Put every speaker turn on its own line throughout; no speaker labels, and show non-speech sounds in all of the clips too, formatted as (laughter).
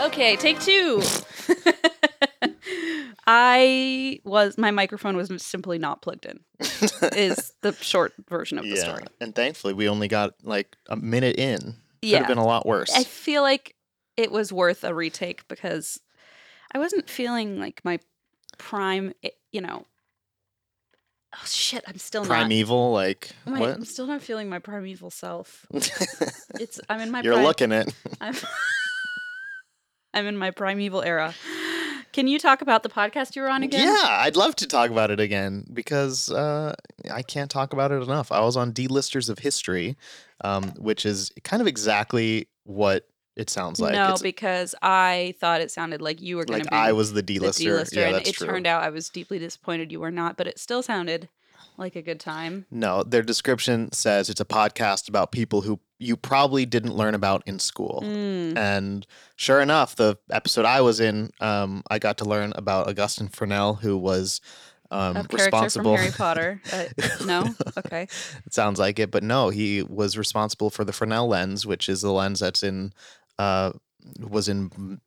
Okay, take two. I was my microphone was simply not plugged in.
(laughs)
is the short version of the story.
And thankfully, we only got like a minute in. Could
Yeah.
have been a lot worse.
I feel like it was worth a retake because I wasn't feeling like my prime, i- you know. Oh shit, I'm still
Primeval, like
not. my- I'm
what?
still not feeling my primeval self.
(laughs)
It's I'm in my
You're
prime-
looking it.
I'm, (laughs) I'm in my primeval era. Can you talk about the podcast you were on again?
Yeah, I'd love to talk about it again because uh, I can't talk about it enough. I was on Delisters of History, um, which is kind of exactly what it sounds like.
no,
it's
because I thought it sounded like you were going to
like
be
I was the
the
D-lister.
D-lister,
yeah,
and
that's
it
true.
turned out I was deeply disappointed you were not, but it still sounded like a good time.
No, their description says it's a podcast about people who you probably didn't learn about in school.
Mm.
And sure enough, the episode I was in, um, I got to learn about Augustine Fresnel, who was um,
Of character
responsible.
from Harry Potter. Uh, no, okay.
(laughs) it sounds like it, but no, he was responsible for the Fresnel lens, which is the lens that's in, uh, was in m-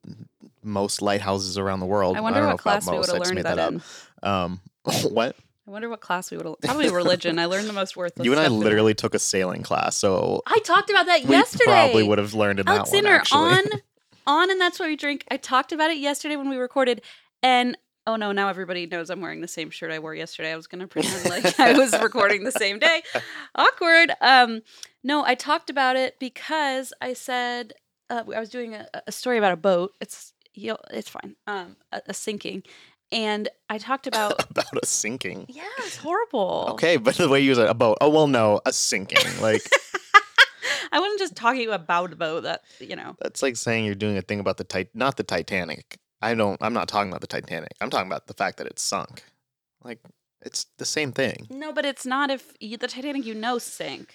most lighthouses around the world.
I wonder
don't know
what
about
class we would
most, I
have
just
learned
made
that,
up.
in.
Um, (laughs) what
I wonder what class we would have
(laughs)
probably religion. I learned the most worthless.
you and I
stuff in-
literally took a sailing class, so
I talked about that
we
yesterday.
probably would have learned in
Alexander
that one. Actually, (laughs)
on on and that's what we drink. I talked about it yesterday when we recorded and oh no, now everybody knows I'm wearing the same shirt I wore yesterday. I was going to
(laughs)
pretend like I was recording the same day. Awkward. Um no, I talked about it because I said uh, I was doing a, a story about a boat. It's you know, it's fine. Um a, a sinking and I talked
(laughs)
about
about a sinking.
yeah, it's horrible.
Okay, but the way you use it, a boat. Oh well, no, a sinking. Like
I wasn't just talking about a boat that, you know.
that's like saying you're doing a thing about the tit, not the Titanic. I don't. I'm not talking about the Titanic. I'm talking about the fact that it's sunk. Like it's the same thing.
No, but it's not if you, the Titanic you know sank.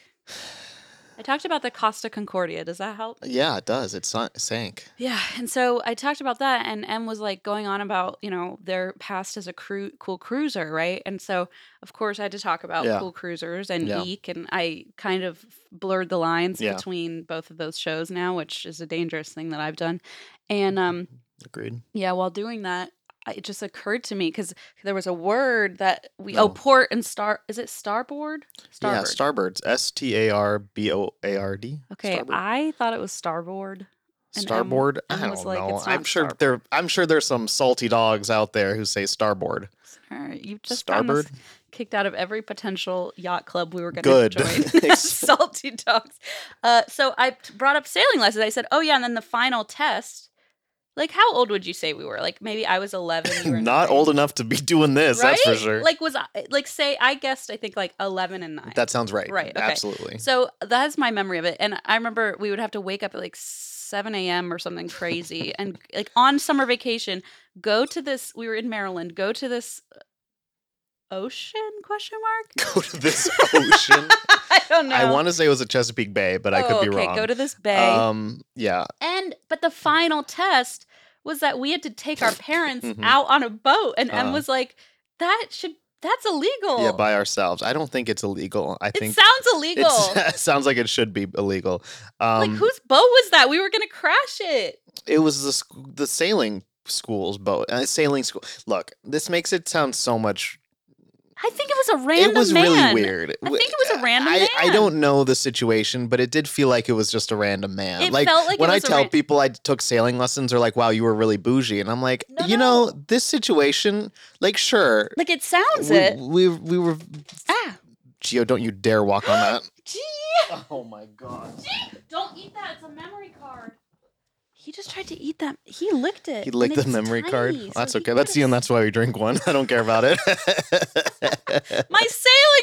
I talked about the Costa Concordia. Does that help?
Yeah, it does. It's sunk. sank.
Yeah. And so I talked about that, and Em was like going on about, you know, their past as a cru- cool cruiser, right? And so, of course, I had to talk about
Yeah.
cool cruisers and
Yeah.
Eek, and I kind of blurred the lines
Yeah.
between both of those shows now, which is a dangerous thing that I've done. And um,
Mm-hmm. Agreed.
yeah, while doing that, I- it just occurred to me because there was a word that we oh
No.
port and star is it starboard?
Yeah, starboards. S T A R B O A R D.
okay,
Starboard.
I thought it was starboard. and M-
starboard. I
M
don't
was like,
know.
"It's
I'm
not
sure
starboard."
there. I'm sure there's some salty dogs out there who say starboard.
All right, you just gotten us kicked out of every potential yacht club we were going to
Good. (laughs)
join. (laughs) Salty dogs. Uh, so I t- brought up sailing lessons. I said, "Oh yeah," and then the final test. Like, how old would you say we were? Like, maybe I was eleven. you were
(laughs)
nine,
not old enough to be doing this.
right?
That's for sure.
Like, was I like say I guessed? I think like eleven and nine.
that sounds right.
Right, okay.
Absolutely.
So that's my memory of it. And I remember we would have to wake up at like 7 a.m. or something crazy and like on summer vacation, go to this, we were in Maryland, go to this uh, ocean question mark? (laughs)
(laughs) go to this ocean.
I don't know.
I want to say it was a Chesapeake Bay, but I could
Oh,
be
okay,
wrong.
go to this bay.
Um, yeah,
and, but the final test was that we had to take
(laughs)
our parents
Mhm.
out on a boat. And Em
Uh-huh.
was like, that should, that's illegal.
yeah, by ourselves. I don't think it's illegal. I
it
think
sounds illegal.
(laughs) it's- it sounds like it should be illegal. Um,
like, whose boat was that? We were going to crash it.
it was the sc- the sailing school's boat, uh, sailing school. Look, this makes it sound so much.
I think it was a random
it was
man.
really weird. uh,
I think it was a random
I, I
man.
don't know the situation, but it did feel like it was just a random man.
It
like
felt like it
when I
was a
tell
ran-
people I took sailing lessons, they're like, "Wow, you were really bougie," and I'm like,
No,
"You
no.
know, this situation, like, sure,
Like it sounds
we,
it.
We we were
Ah,
Geo, don't you dare walk on that.
gee,
oh my god.
don't eat that. It's a memory card. He just tried to eat them. He licked it.
He licked
and
the
it's
memory card.
tiny, so
that's
he
okay. That's
could've-
you, and that's why we drink one. I don't care about
(laughs)
it.
(laughs) my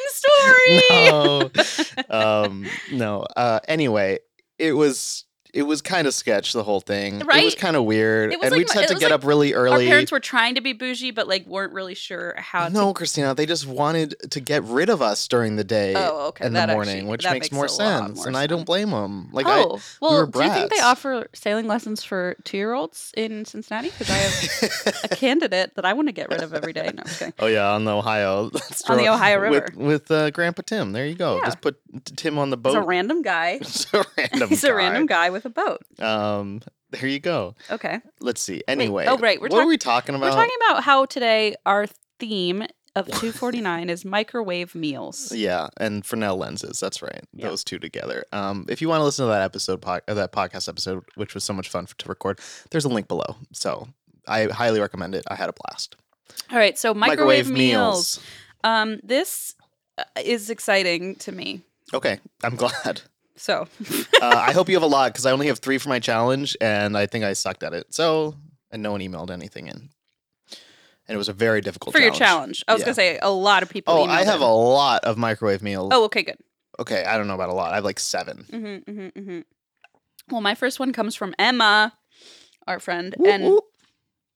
sailing story.
(laughs) no, um, no. Uh, anyway, it was it was kind of sketch the whole thing. It was
Right?
kind of weird,
It was
and
like
we just
my-
had
it
to
was
get
like
up really
Our
early.
parents were trying to be bougie, but like weren't really sure how to.
no, Christina, they just wanted to get rid of us during the day
Oh, okay.
and the
that
morning,
actually,
which
that
makes, more
a lot
sense.
more
and I don't
sense.
blame them. Like I,
oh, well,
were
do you think they
brats.
offer sailing lessons for two year olds in Cincinnati? Because I have
(laughs)
a candidate that I want to get rid of every day. No, I'm just kidding.
Oh yeah, on the Ohio. (laughs) Let's
On the
throw-
Ohio
with, with uh, Grandpa Tim. There you go.
Yeah.
Just put t- Tim on the
He's
boat.
a
(laughs)
random guy.
It's a
(laughs)
random.
He's a random guy with a boat.
guy. Um, there you go.
Okay.
Let's see. Anyway,
oh, right, we're
what were we talking about?
We're talking about how today our theme
(laughs)
of 249 is microwave meals.
yeah, and Fresnel lenses. That's right.
Yeah.
Those two together. Um, if you want to listen to that episode, po- uh, that podcast episode, which was so much fun f- to record, there's a link below. So I highly recommend it. I had a blast.
All right, so microwave, meals. Um this uh, is exciting to me.
Okay, I'm (laughs) glad.
So,
uh, I hope you have a lot because I only have three for my challenge, and I think I sucked at it. So, and no one emailed anything in, and it was a very difficult
for your challenge. I was going to say a lot of people
Oh, I
emailed in.
have a lot of microwave meals.
Oh, okay, good.
okay. I don't know about a lot. I have like seven.
Mhm, mhm, mhm. Well, my first one comes from Emma, our friend,
Whoop,
and
whoop.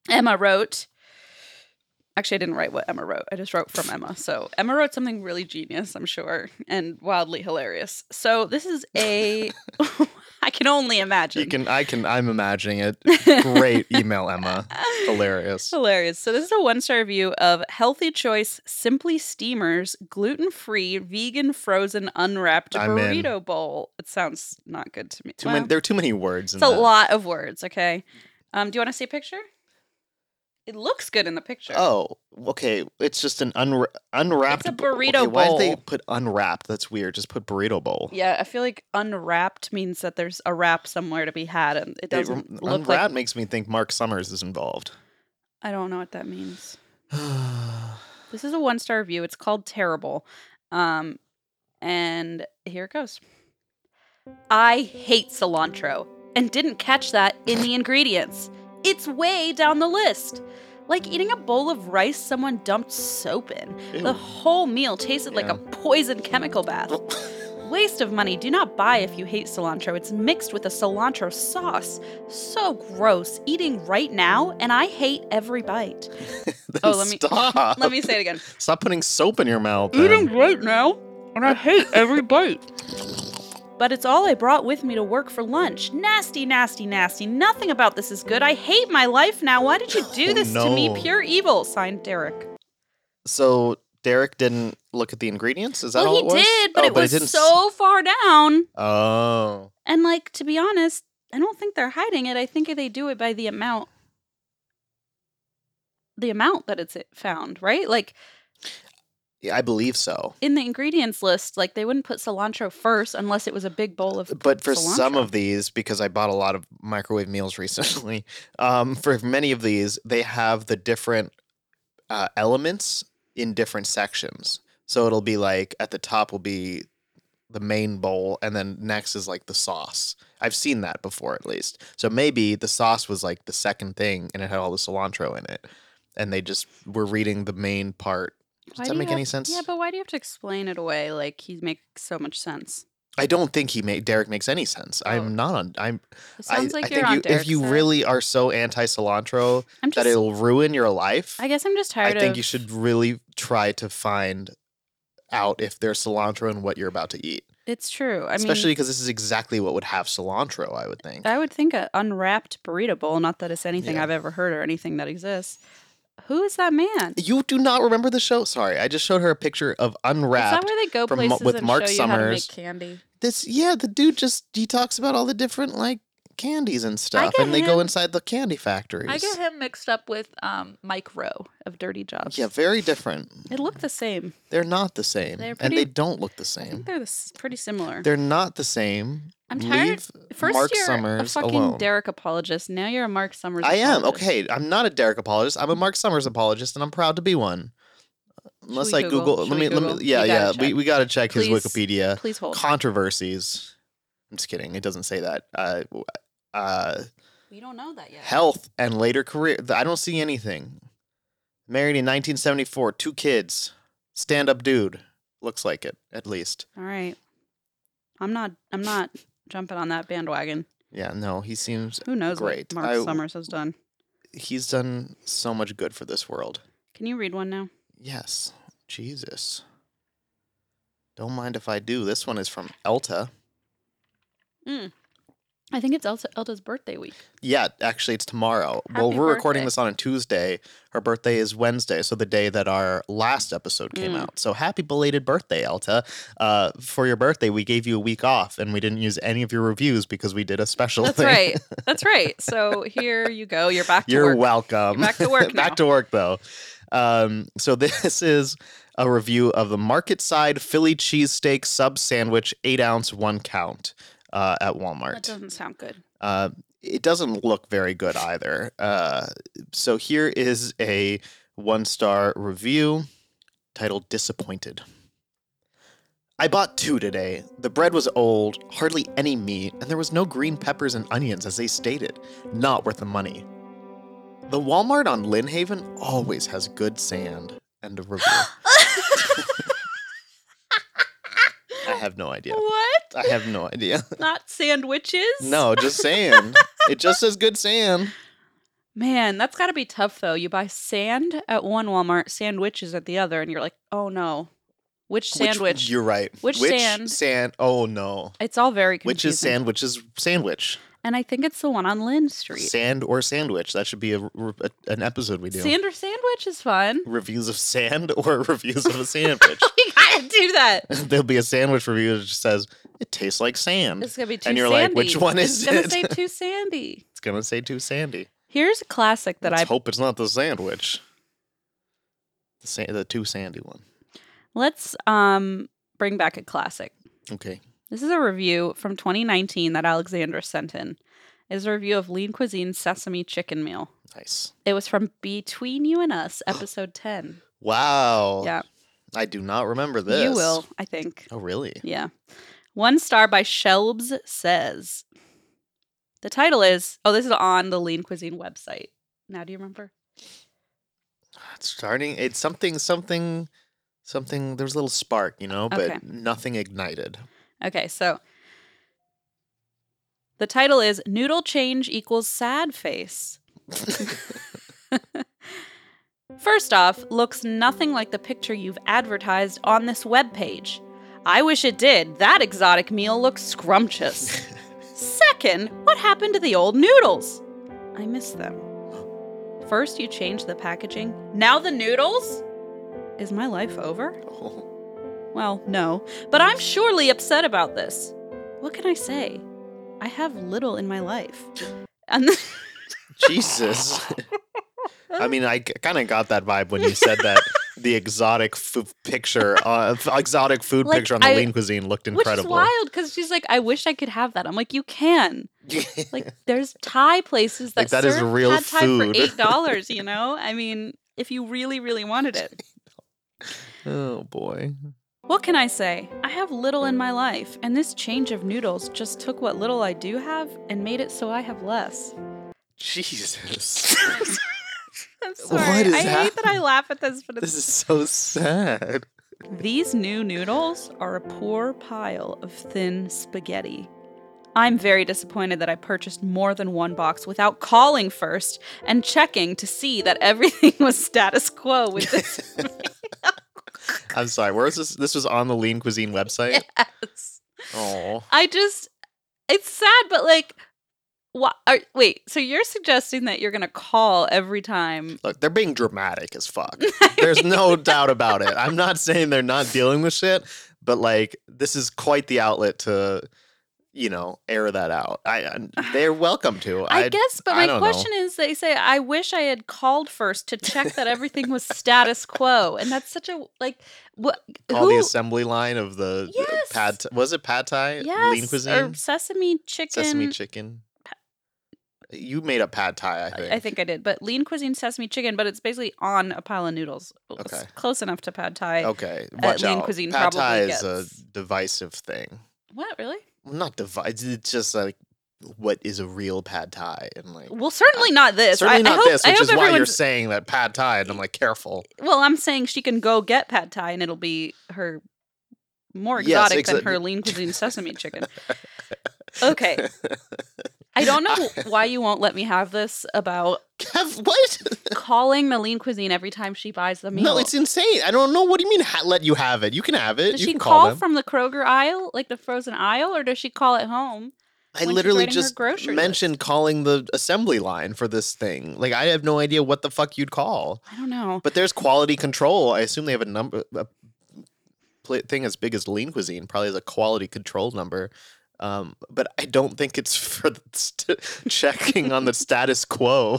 Emma wrote. Actually, I didn't write what Emma wrote. I just wrote from Emma. So Emma wrote something really genius, I'm sure, and wildly hilarious. So this is a. (laughs) I can only imagine.
you can. I can. I'm
(laughs)
imagining it. Great email, Emma. Hilarious.
Hilarious. So this is a one-star review of Healthy Choice Simply Steamers gluten-free vegan frozen unwrapped
I'm in.
burrito bowl. It sounds not good to me.
Too many.
Well,
There are too many words. In
It's a
that.
lot of words, okay? Um, do you want to see a picture? It looks good in the picture.
Oh, okay. It's just an unwra- unwrapped.
It's a
bo- okay,
burrito
Why did they
bowl.
put unwrapped? That's weird. Just put burrito bowl.
Yeah, I feel like unwrapped means that there's a wrap somewhere to be had, and it
It rem-
doesn't look
unwrapped
like.
makes me think Mark Summers is involved. (sighs)
I don't know what that means. Oh,
okay.
This is a one star review. It's called Terrible. Um, and here it goes. I hate cilantro and didn't catch that in the ingredients. It's way down the list. Like eating a bowl of rice someone dumped soap in. The
Ew.
whole meal tasted like a poison chemical bath. Waste of money. Do not buy if you hate cilantro. It's mixed with a cilantro sauce. So gross. Eating right now, and I hate every bite. Oh, let me-
stop.
Let me say it again.
Stop putting soap in your mouth.
Eating
then.
right now, and I hate (laughs) every bite. But it's all I brought with me to work for lunch. Nasty, nasty, nasty. Nothing about this is good. I hate my life now. Why (sighs) did you do
Oh,
this to me?
no.
Pure evil, signed Derek.
So Derek didn't look at the ingredients. Is that
well,
all
he
it was?
did, but
Oh,
it was
didn't s-
so far down.
Oh,
And, like, to be honest, I don't think they're hiding it. I think they do it by the amount. The amount that it's found, right? Like
yeah, I believe so.
in the ingredients list, like they wouldn't put cilantro first unless it was a big bowl of.
But for some
cilantro.
of these, because I bought a lot of microwave meals (laughs) recently, um, for many of these, they have the different uh, elements in different sections. So it'll be like at the top will be the main bowl, and then next is like the sauce. I've seen that before, at least. So maybe the sauce was like the second thing, and it had all the cilantro in it, and they just were reading the main part. Does
Why
that
do you
make
have-
any sense?
Yeah, but why do you have to explain it away? Like he makes so much sense.
I don't think he made Derek makes any sense.
Oh.
I'm not on. I'm.
It
I,
sounds like
I
you're
think
on
you,
Derek's
if you
side.
really are so anti cilantro
I'm
that
just,
it'll ruin your life,
I guess I'm just
I
tired.
think
of,
you should really try to find out if there's cilantro in what you're about to eat.
It's true. I
Especially
mean,
because this is exactly what would have cilantro. I would think.
I would think a unwrapped burrito bowl. Not that it's anything
Yeah.
I've ever heard or anything that exists. Who is that man?
you do not remember the show? Sorry, I just showed her a picture of
Is that
Unwrapped.
where they go
from Mo-
places
with
and
Mark
show you how to
Summers.
make candy?
This, yeah, the dude just he talks about all the different like candies and stuff,
get
and they go
him-
inside the candy factories.
I get him mixed up with um, Mike Rowe of Dirty Jobs.
Yeah, very different.
They look the same.
They're not the same,
They're
and
pretty-
they don't look the
I think
same.
they're the s- pretty similar.
They're not the same.
I'm tired.
Leave
First,
Mark
you're
Summers
a fucking
alone.
Derek apologist. Now you're a Mark Summers.
I am
apologist.
okay. I'm not a Derek apologist. I'm a Mark Summers apologist, and I'm proud to be one. Unless
we
I
Google?
Google,
Should
let
we
me, let
Google?
me, yeah,
We
yeah,
gotta
we,
check.
we gotta check
Please.
his Wikipedia
Please hold.
controversies. I'm just kidding. It doesn't say that. Uh, w- uh,
We don't know that yet.
Health and later career. I don't see anything. Married in 1974, two kids, stand up dude. Looks like it, at least.
All right. I'm not. I'm not jumping on that bandwagon.
Yeah, no, he seems.
Who knows
Great.
what Mark
I-
Summers has done?
He's done so much good for this world.
Can you read one now?
Yes. Jesus. Don't mind if I do. This one is from Elta.
I think it's Elsa, Elda's birthday
(laughs)
week.
Yeah, actually, it's tomorrow. well,
Happy
we're recording
birthday.
this on a Tuesday. Her birthday is Wednesday, so the day that our last episode came
Mm.
out. So happy belated birthday, Elta. Uh, for your birthday, we gave you a week off and we didn't use any of your reviews because we did a special
That's
thing.
right. That's right. So here you go. You're back to
You're
work.
welcome.
You're back to work now.
(laughs) back to work, though. Um, so (laughs) this is a review of the Market Side Philly cheesesteak sub sandwich, eight ounce, one count uh, at
That
Walmart.
doesn't sound good.
Uh, it doesn't look very good either. Uh, so here is a one star review titled Disappointed. I bought two today. The bread was old, hardly any meat, and there was no green peppers and onions as they stated. Not worth the money. The Walmart on Lynn Haven always has good sand. End of review. I have no idea.
(laughs) What?
I have no idea.
Not sandwiches?
No, just sand. it just says good sand.
Man, that's got to be tough though. You buy sand at one Walmart, sandwiches at the other, and you're like, oh no, which
Which-
sandwich?
you're right.
Which sand?
Sand. Oh no.
it's all very confusing.
Which is sandwich is sandwich.
And I think it's the one on Lynn Street.
Sand or sandwich. That should be a, r- a- an episode we do.
Sand or sandwich is fun. (laughs)
Reviews of sand (laughs) or reviews of a sandwich.
We gotta do that.
There'll be a sandwich review that just says it tastes like sand.
It's gonna be too
And you're
sandy.
like, which one
It's
is
gonna
it? (laughs)
say too sandy.
it's gonna say too sandy.
Here's a classic that
Let's
I
hope it's not the sandwich. The sa- the too sandy one.
let's um bring back a classic.
Okay.
This is a review from 2019 that Alexandra sent in. It's a review of Lean Cuisine Sesame Chicken Meal.
Nice.
It was from Between You and Us, episode
(gasps)
10.
Wow.
Yeah.
I do not remember this.
You will, I think.
Oh really?
Yeah. One star by Shelbs says. The title is Oh, this is on the Lean Cuisine website. Now do you remember?
It's starting. It's something, something, something. There's a little spark, you know, but
Okay. (laughs)
nothing ignited.
Okay, so the title is Noodle Change equals Sad Face. First off, looks nothing like the picture you've advertised on this webpage. I wish it did. That exotic meal looks scrumptious. Second, what happened to the old noodles? I miss them. First, you changed the packaging. Now the noodles? Is my life over?
Oh,
Well, no, but I'm surely upset about this. What can I say? I have little in my life. And (laughs)
Jesus. I mean, I kind of got that vibe when you said
(laughs)
that the exotic f- picture, uh, f- exotic food
Like,
picture on the
I-
lean cuisine looked
which is
incredible.
wild because she's like, I wish I could have that. I'm like, you can.
(laughs)
Like, there's Thai places that
Like, that is
serve
real
pad Thai
food.
for eight
(laughs)
dollars. You know, I mean, if you really, really wanted it.
(laughs) oh boy.
What can I say? I have little in my life, and this change of noodles just took what little I do have and made it so I have less.
Jesus. (laughs)
I'm sorry.
is
I hate that I
happening?
laugh at this, but it's
this is so sad.
(laughs) These new noodles are a poor pile of thin spaghetti. I'm very disappointed that I purchased more than one box without calling first and checking to see that everything (laughs) was status quo
(laughs)
with this.
I'm sorry. Where is this? This was on the lean cuisine
(laughs)
website.
mess.
Oh.
I just, it's sad, but like, why, are, wait, so you're suggesting that you're going to call every time?
Look, they're being dramatic
(laughs)
as fuck. There's no doubt about it. I'm not saying they're not dealing with shit, but like this is quite the outlet to, you know, air that out. I,
(sighs)
I- they're welcome to.
I, guess, but
I
my
don't
question is they say, I wish I had called first to check that everything was status quo. And that's such a, like, what?
all
who,
the assembly line of the
Yes.
pad. Th- was it pad thai?
yes,
eh, Lean cuisine.
or sesame chicken.
sesame chicken. You made up pad thai, I think.
I think I did, but lean cuisine sesame chicken. But it's basically on a pile of noodles. It's
Okay. Oh.
close enough to pad thai.
Okay,
uh,
watch
Lean
out.
Cuisine
pad thai
probably
is a
gets-
divisive thing.
What really?
Well, Not divisive. It's just like what is a real pad thai and like
Well, certainly not this.
Uh, certainly
I,
not
I hope,
this,
I
which
hope
is why you're
everyone's-
saying that pad thai, and I'm like careful.
Well, I'm saying she can go get pad thai, and it'll be her more
Yes,
exotic
exa-
than her lean cuisine sesame
(laughs)
chicken. Okay, I don't know why you won't let me have this about
Kev, what?
calling the lean cuisine every time she buys the meal.
No, it's insane. I don't know. What do you mean? Ha- let you have it? You can have it.
does
you
she
can
call,
call, them.
from the Kroger aisle, like the frozen aisle, or does she call at home?
I
when she's
literally
writing her
just
grocery
mentioned calling the assembly line for this thing. Like I have no idea what the fuck you'd call.
I don't know.
But there's quality control. I assume they have a number a pl- thing as big as Lean Cuisine probably has a quality control number. Um, but I don't think it's (laughs) for the st- checking on the
(laughs)
status quo.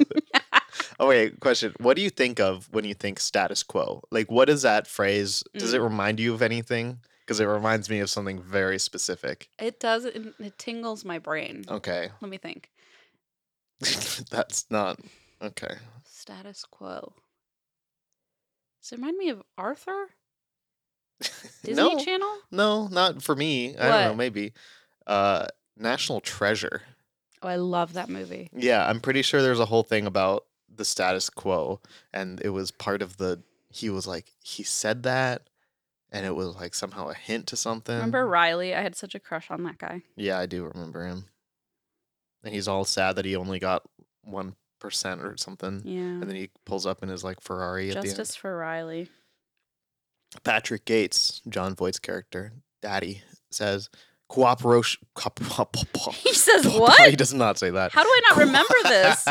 oh wait, question. What do you think of when you think status quo? Like what is that phrase? Does
Mm.
it remind you of anything? Because it reminds me of something very specific.
It does. It, it tingles my brain.
Okay. (laughs)
Let me think.
That's not okay.
Status quo. Does it remind me of Arthur? Disney
no,
Channel?
no, not for me. I don't know.
What?
Maybe uh, National Treasure.
Oh, I love that movie.
Yeah, I'm pretty sure there's a whole thing about the status quo, and it was part of the. He was like he said that, and it was like somehow a hint to something.
Remember Riley? I had such a crush on that guy.
Yeah, I do remember him. And he's all sad that he only got one percent or something,
Yeah.
and then he pulls up in his like Ferrari at the end.
Justice for
(laughs)
Riley.
Patrick Gates, John Voight's character, Daddy, says cooperation. (laughs) Oh,
(laughs) He says
He
what?
does not say that.
How do I not remember this?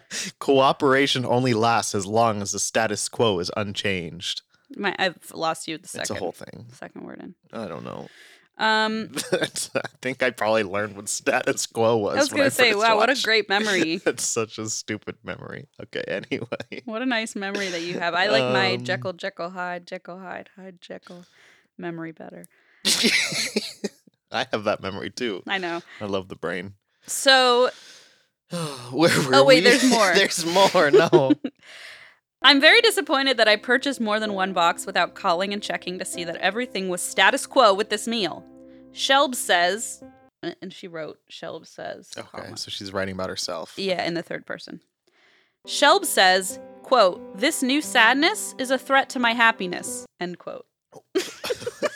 this? (laughs) Cooperation only lasts as long as the status quo is unchanged.
My, I've lost you the second.
It's a whole thing.
Second word in.
I don't know. (laughs)
Um,
I think I probably learned what status quo was.
I was
when
gonna say,
first
wow, what a
watched.
great
(laughs)
memory.
That's such a stupid memory. Okay, anyway. (laughs)
What a nice memory that you have. I like my
Um,
Jekyll, Jekyll, Hyde, Jekyll, Hyde, Hyde, Jekyll memory better.
I have that memory too.
I know.
I love the brain. (sighs)
So
Where were
Oh, wait,
we?
there's more.
(laughs) there's more. No.
(laughs) I'm very disappointed that I purchased more than one box without calling and checking to see that everything was status quo with this meal. Shelb says, and she wrote, Shelb says.
okay,
comma.
so she's writing about herself.
Yeah, in the third person. Shelb says, quote, this new sadness is a threat to my happiness, end quote. (laughs)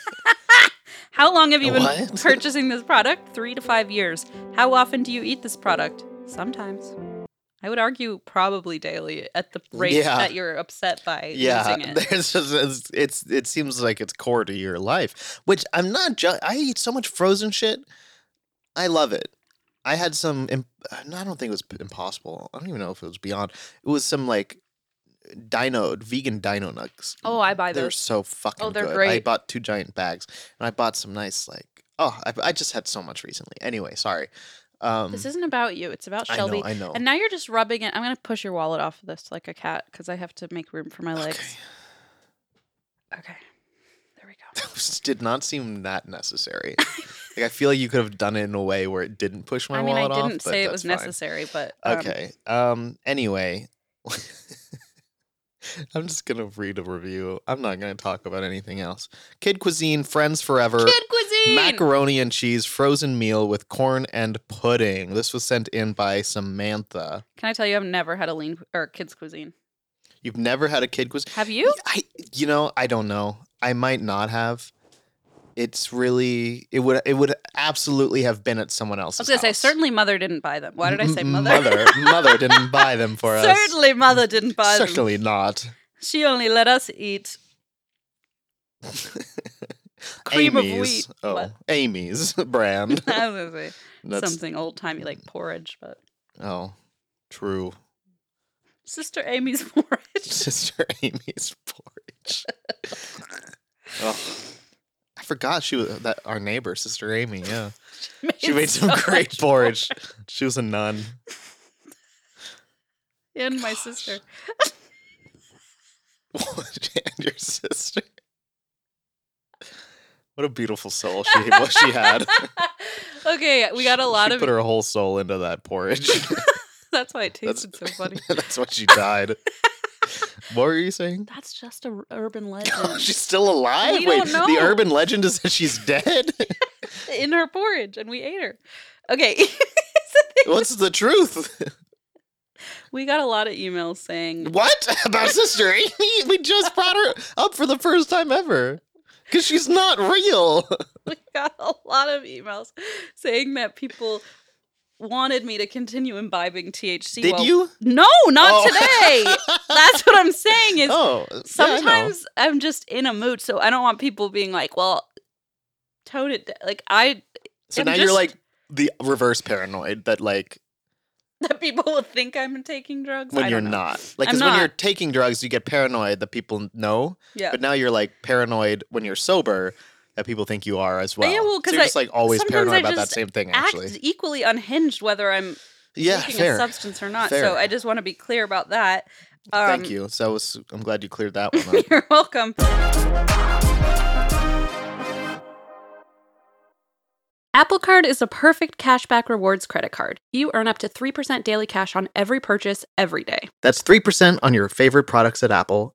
How long have you been
What?
(laughs) purchasing this product? Three to five years. How often do you eat this product? Sometimes. I would argue probably daily at the rate
Yeah.
that you're upset by
Yeah, (laughs)
using it.
there's just, it's, it's it seems like it's core to your life, which I'm not. Ju- I eat so much frozen shit. I love it. I had some. Imp- no, I don't think it was impossible. I don't even know if it was beyond. It was some like dino vegan dino nugs.
Oh, I buy
They're
those. Oh,
so fucking.
they're
good. I
great.
bought two giant bags, and I bought some nice like. Oh, I, I just had so much recently. Anyway, sorry. Um,
This isn't about you. It's about
I
Shelby.
know. I know.
And now you're just rubbing it. I'm going to push your wallet off of this like a cat because I have to make room for my legs.
Okay.
okay. There we go.
This (laughs) did not seem that necessary. like I feel like you could have done it in a way where it didn't push my
I mean, I
wallet off,
didn't
but
say it
that's
was
fine.
necessary, but um,
okay. Um. Anyway, (laughs) I'm just gonna read a review. I'm not gonna talk about anything else. Kid Cuisine, Friends Forever.
Kid cuisine.
Macaroni and cheese frozen meal with corn and pudding. This was sent in by Samantha.
Can I tell you, I've never had a lean or kids cuisine.
You've never had a kid cuisine.
Have you?
I you know, I don't know. I might not have. It's really it would it would absolutely have been at someone
I was
else's.
gonna say
house.
certainly mother didn't buy them. Why did I say
M-
mother?
Mother, mother didn't buy them for us.
certainly mother didn't buy them.
Certainly not.
She only let us eat (laughs) cream of wheat.
Amy's. Oh,
What? (laughs)
Amy's (laughs) brand.
I was gonna say
That's Mm.
something old timey like porridge, but
oh,
(laughs)
true.
Sister Amy's (laughs) porridge.
Sister Amy's
(laughs)
porridge. oh. I forgot she was that our neighbor, Sister Amy.
(laughs)
Yeah, she made some
so
great
much
porridge. She was a nun.
And my
(laughs)
sister.
and your sister. What a beautiful (laughs) soul she what she had.
(laughs) okay, we got a
She-
lot
she
of.
put her whole soul into that (laughs) porridge.
(laughs) That's why it
That's-
tasted so
(laughs)
funny.
That's why she (laughs) died. what were you saying?
That's just a r- urban
Oh,
legend
she's still alive.
We
Wait,
don't
the
know.
(laughs) urban legend is that she's dead.
in her porridge, and we ate her. Okay, (laughs)
What's the truth?
we got a lot of emails
(laughs)
saying
What about Sister (laughs) Amy? We just brought her up for the first time ever because she's not (laughs) real.
we got a lot of emails saying that people wanted me to continue imbibing THC.
Did
while-
you?
No, not
Oh. (laughs)
today. That's what I'm saying is
oh, yeah, I know.
sometimes I'm just in a mood, so I don't want people being like, "Well, tone it." d-" Like I (laughs)
So
I'm
now you're
just-
like the reverse paranoid that like
that people will think I'm taking drugs
when
I
you're
don't know.
not like
I'm
because when you're
not.
taking drugs you get paranoid that people know,
Yeah.
but now you're like paranoid when you're sober that people think you are as well.
yeah, well,
so
'cause
you're
I-
just like always
sometimes
paranoid
I
about that
just
same thing
Act
actually.
equally unhinged whether I'm
Yeah,
taking
fair.
a substance or not.
Fair.
So I just want to be clear about that. Um,
Thank you. So I was, I'm glad you cleared that one up.
(laughs) You're welcome. Apple Card is a perfect cashback rewards credit card. You earn up to 3% daily cash on every purchase every day.
That's 3% on your favorite products at Apple,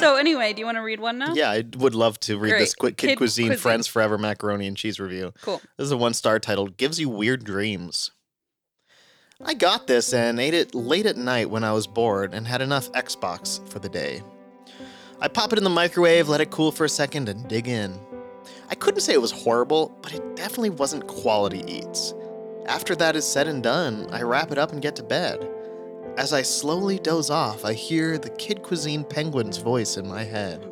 So, anyway, do you want to read one now?
Yeah, I would love to read this
Great.
quick Oh. Kid,
Kid
Cuisine,
Cuisine.
Friends Forever Macaroni and Cheese review.
Cool.
This is a one star titled Gives You Weird Dreams. I got this and ate it late at night when I was bored and had enough Xbox for the day. I pop it in the microwave, let it cool for a second, and dig in. I couldn't say it was horrible, but it definitely wasn't quality eats. After that is said and done, I wrap it up and get to bed. As I slowly doze off, I hear the Kid Cuisine Penguin's voice in my head.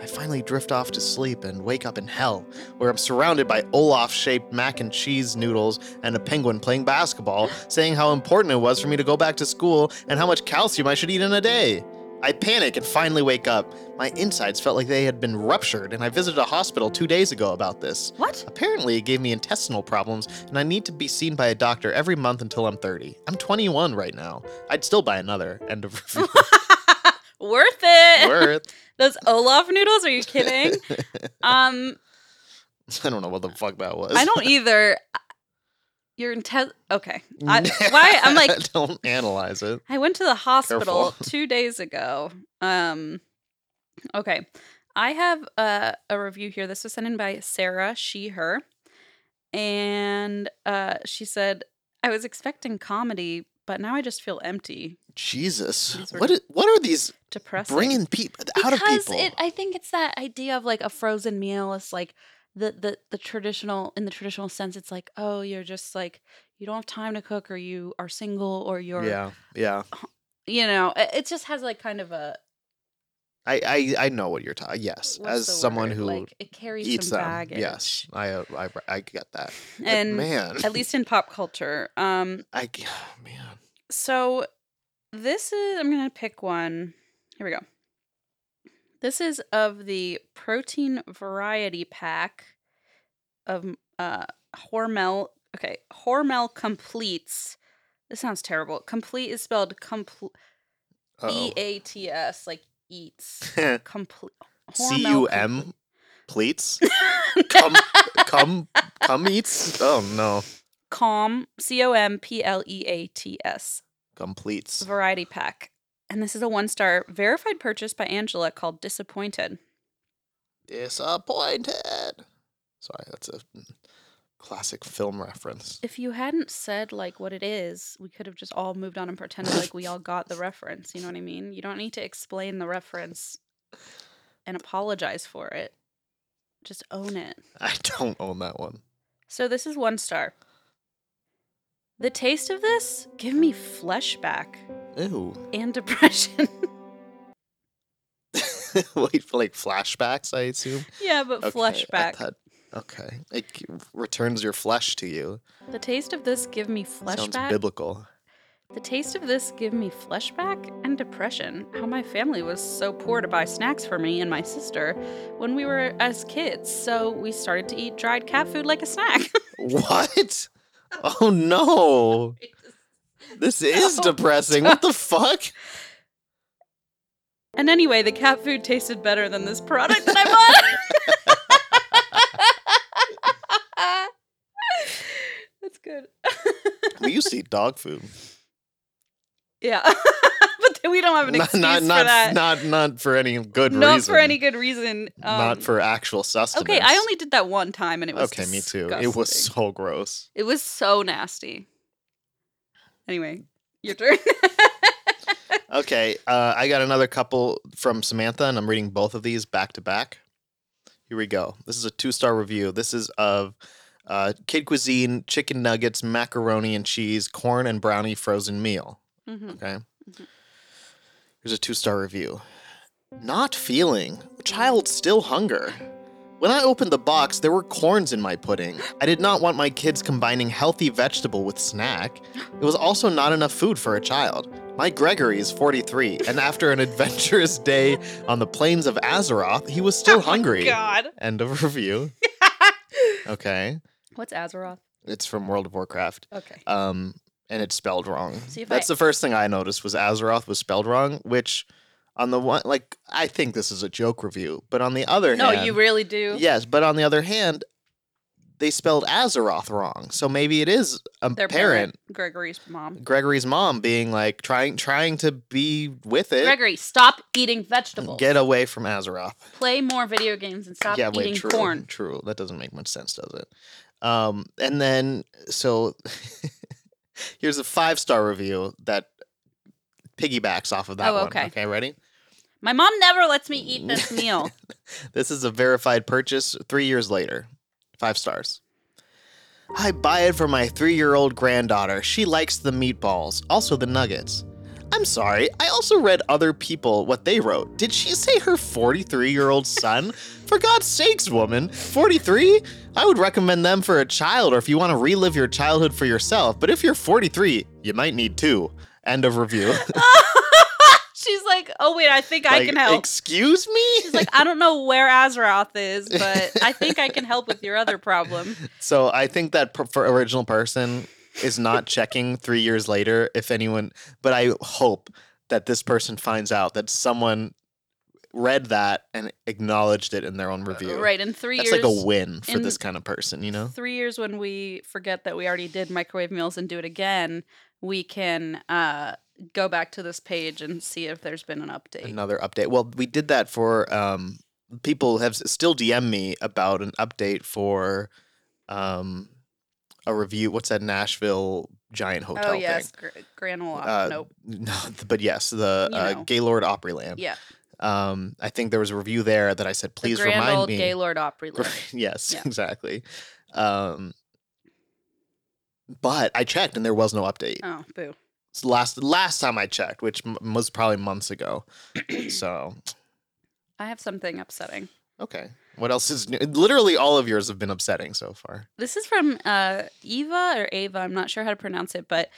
I finally drift off to sleep and wake up in hell, where I'm surrounded by Olaf shaped mac and cheese noodles and a penguin playing basketball, saying how important it was for me to go back to school and how much calcium I should eat in a day. I panic and finally wake up. My insides felt like they had been ruptured, and I visited a hospital two days ago about this.
What?
Apparently, it gave me intestinal problems, and I need to be seen by a doctor every month until I'm 30. I'm 21 right now. I'd still buy another. End of (laughs)
(laughs)
review.
Worth it.
Worth.
(laughs) Those Olaf noodles? Are you
(laughs)
kidding? um,
I don't know what the fuck that was.
I
(laughs)
don't either. You're intense. Okay.
(laughs)
I, why? I'm like,
don't analyze it.
I went to the
(laughs)
hospital
Careful.
two days ago. Um, okay. I have a, a review here. This was sent in by Sarah, she, her. And uh, she said, I was expecting comedy, but now I just feel empty,
Jesus,
These were
what is, what are these
depressed.
bringing people out of
because
people?
it i think it's that idea of like a frozen meal is like the the the traditional in the traditional sense it's like oh you're just like you don't have time to cook or you are single or you're
yeah, yeah.
you know it, it just has like kind of a
I, I I know what you're talking. Yes,
what's
as
the
someone
word?
who
like it carries
eats
some
them.
baggage
Yes, I, I I get that. But
and
man,
at least in pop culture um
I g- (sighs) man.
So this is I'm gonna pick one. Here we go. This is of the protein variety pack of uh Hormel. Okay, Hormel completes. This sounds terrible. Complete is spelled complete E
Uh-oh.
A T S like eats.
(laughs)
Complete.
C U M
(laughs)
pleats
Com
come come come eats. Oh no,
com C O M P L E A T S.
completes.
variety pack. And this is a one star verified purchase by Angela called Disappointed.
Disappointed. Sorry, that's a classic film reference. (laughs)
If you hadn't said like what it is, we could have just all moved on and pretended like we
(laughs)
all got the reference. You know what I mean? You don't need to explain the reference and apologize for it. Just own it.
I don't own that one.
So this is one star. The taste of this give me flashback
Ew. (laughs)
and (laughs) depression.
Wait for like flashbacks, I assume.
yeah, but
Okay, I
flashback.
thought- okay. It c- returns your flesh to you.
The taste of this give me
Sounds
flashback
biblical.
The taste of this give me flashback and depression. How my family was so poor to buy snacks for me and my sister when we were as kids, so we started to eat dried cat food like a snack. (laughs)
What? Oh no. This
(laughs)
is
No. (laughs)
depressing. What the fuck?
And anyway, the cat food tasted better than this product that I bought. (laughs) That's good. (laughs)
We used to eat dog food.
yeah. (laughs) but then we don't have an
Not
excuse
not
for
not,
that.
not not for any good
Not
reason.
for any good reason. Um,
not for actual sustenance.
Okay, I only did that one time and it was
Okay, me too. It was
disgusting.
so gross.
It was so nasty. Anyway, your
(laughs)
turn.
Okay, uh, I got another couple from Samantha, and I'm reading both of these back to back. Here we go. This is a two star review. This is of uh, Kid Cuisine chicken nuggets, macaroni and cheese, corn and brownie frozen meal.
Mhm.
Okay.
Mhm.
Here's a two star review. Not feeling. Child still hunger. When I opened the box, there were corns in my pudding. I did not want my kids combining healthy vegetable with snack. It was also not enough food for a child. My Gregory is 43, and after an adventurous day on the plains of Azeroth, he was
(laughs)
still
Oh my
hungry.
God.
End of
(laughs)
review. Okay.
What's Azeroth?
It's from World of Warcraft.
Okay.
um, and it's spelled wrong.
See, if
That's
I-
the first thing I noticed was Azeroth was spelled wrong, which on the one like I think this is a joke review, but on the other
No,
hand,
you really do.
yes, but on the other hand, they spelled Azeroth wrong, so maybe it is a
Their
parent,
parent, Gregory's mom.
Gregory's mom, being like trying trying to be with it.
Gregory, stop eating vegetables.
Get away from Azeroth.
Play more video games and stop
yeah,
eating
wait, true,
corn.
True. That doesn't make much sense, does it? Um, and then so (laughs) here's a five star review that piggybacks off of that
Oh,
one.
okay.
Okay, ready?
My mom never lets me eat
(laughs)
this meal.
This is a verified purchase three years later. Five stars. I buy it for my three year old granddaughter. She likes the meatballs, also the nuggets. I'm sorry, I also read other people what they wrote. Did she say her 43 year
(laughs)
old son? for God's sakes, woman, 43? I would recommend them for a child or if you want to relive your childhood for yourself, but if you're 43, you might need two. End of review.
She's like, oh wait, I think (laughs) I
Like,
can help.
Excuse me?
She's like, I don't know where Azeroth
(laughs)
is, but I think I can help with your other problem.
So I think that per- for original person is not checking three years later if anyone, but I hope that this person finds out that someone read that and acknowledged it in their own review.
Right in three
That's
years.
like a win for
in-
this kind of person, you know?
three years when we forget that we already did microwave meals and do it again, we can uh, go back to this page and see if there's been an update.
Another update. Well, we did that for um, people have s- still DM me about an update for um, a review. What's that Nashville giant hotel
oh yes,
thing?
gr- Granula.
Uh,
nope.
(laughs) No, but yes, the
You
uh,
know.
Gaylord Opryland.
Yeah.
Um, I think there was a review there that I said,
The
please
grand
remind
old
me. (laughs)
Gaylord Opryland.
yes,
Yeah.
exactly. Um, but I checked and there was no update.
oh, boo.
It's last last time I checked, which m- was probably
(clears throat)
months ago. so
I have something upsetting.
okay, what else is new? Literally all of yours have been upsetting so far.
This is from uh, Eva or Ava. I'm not sure how to pronounce it, but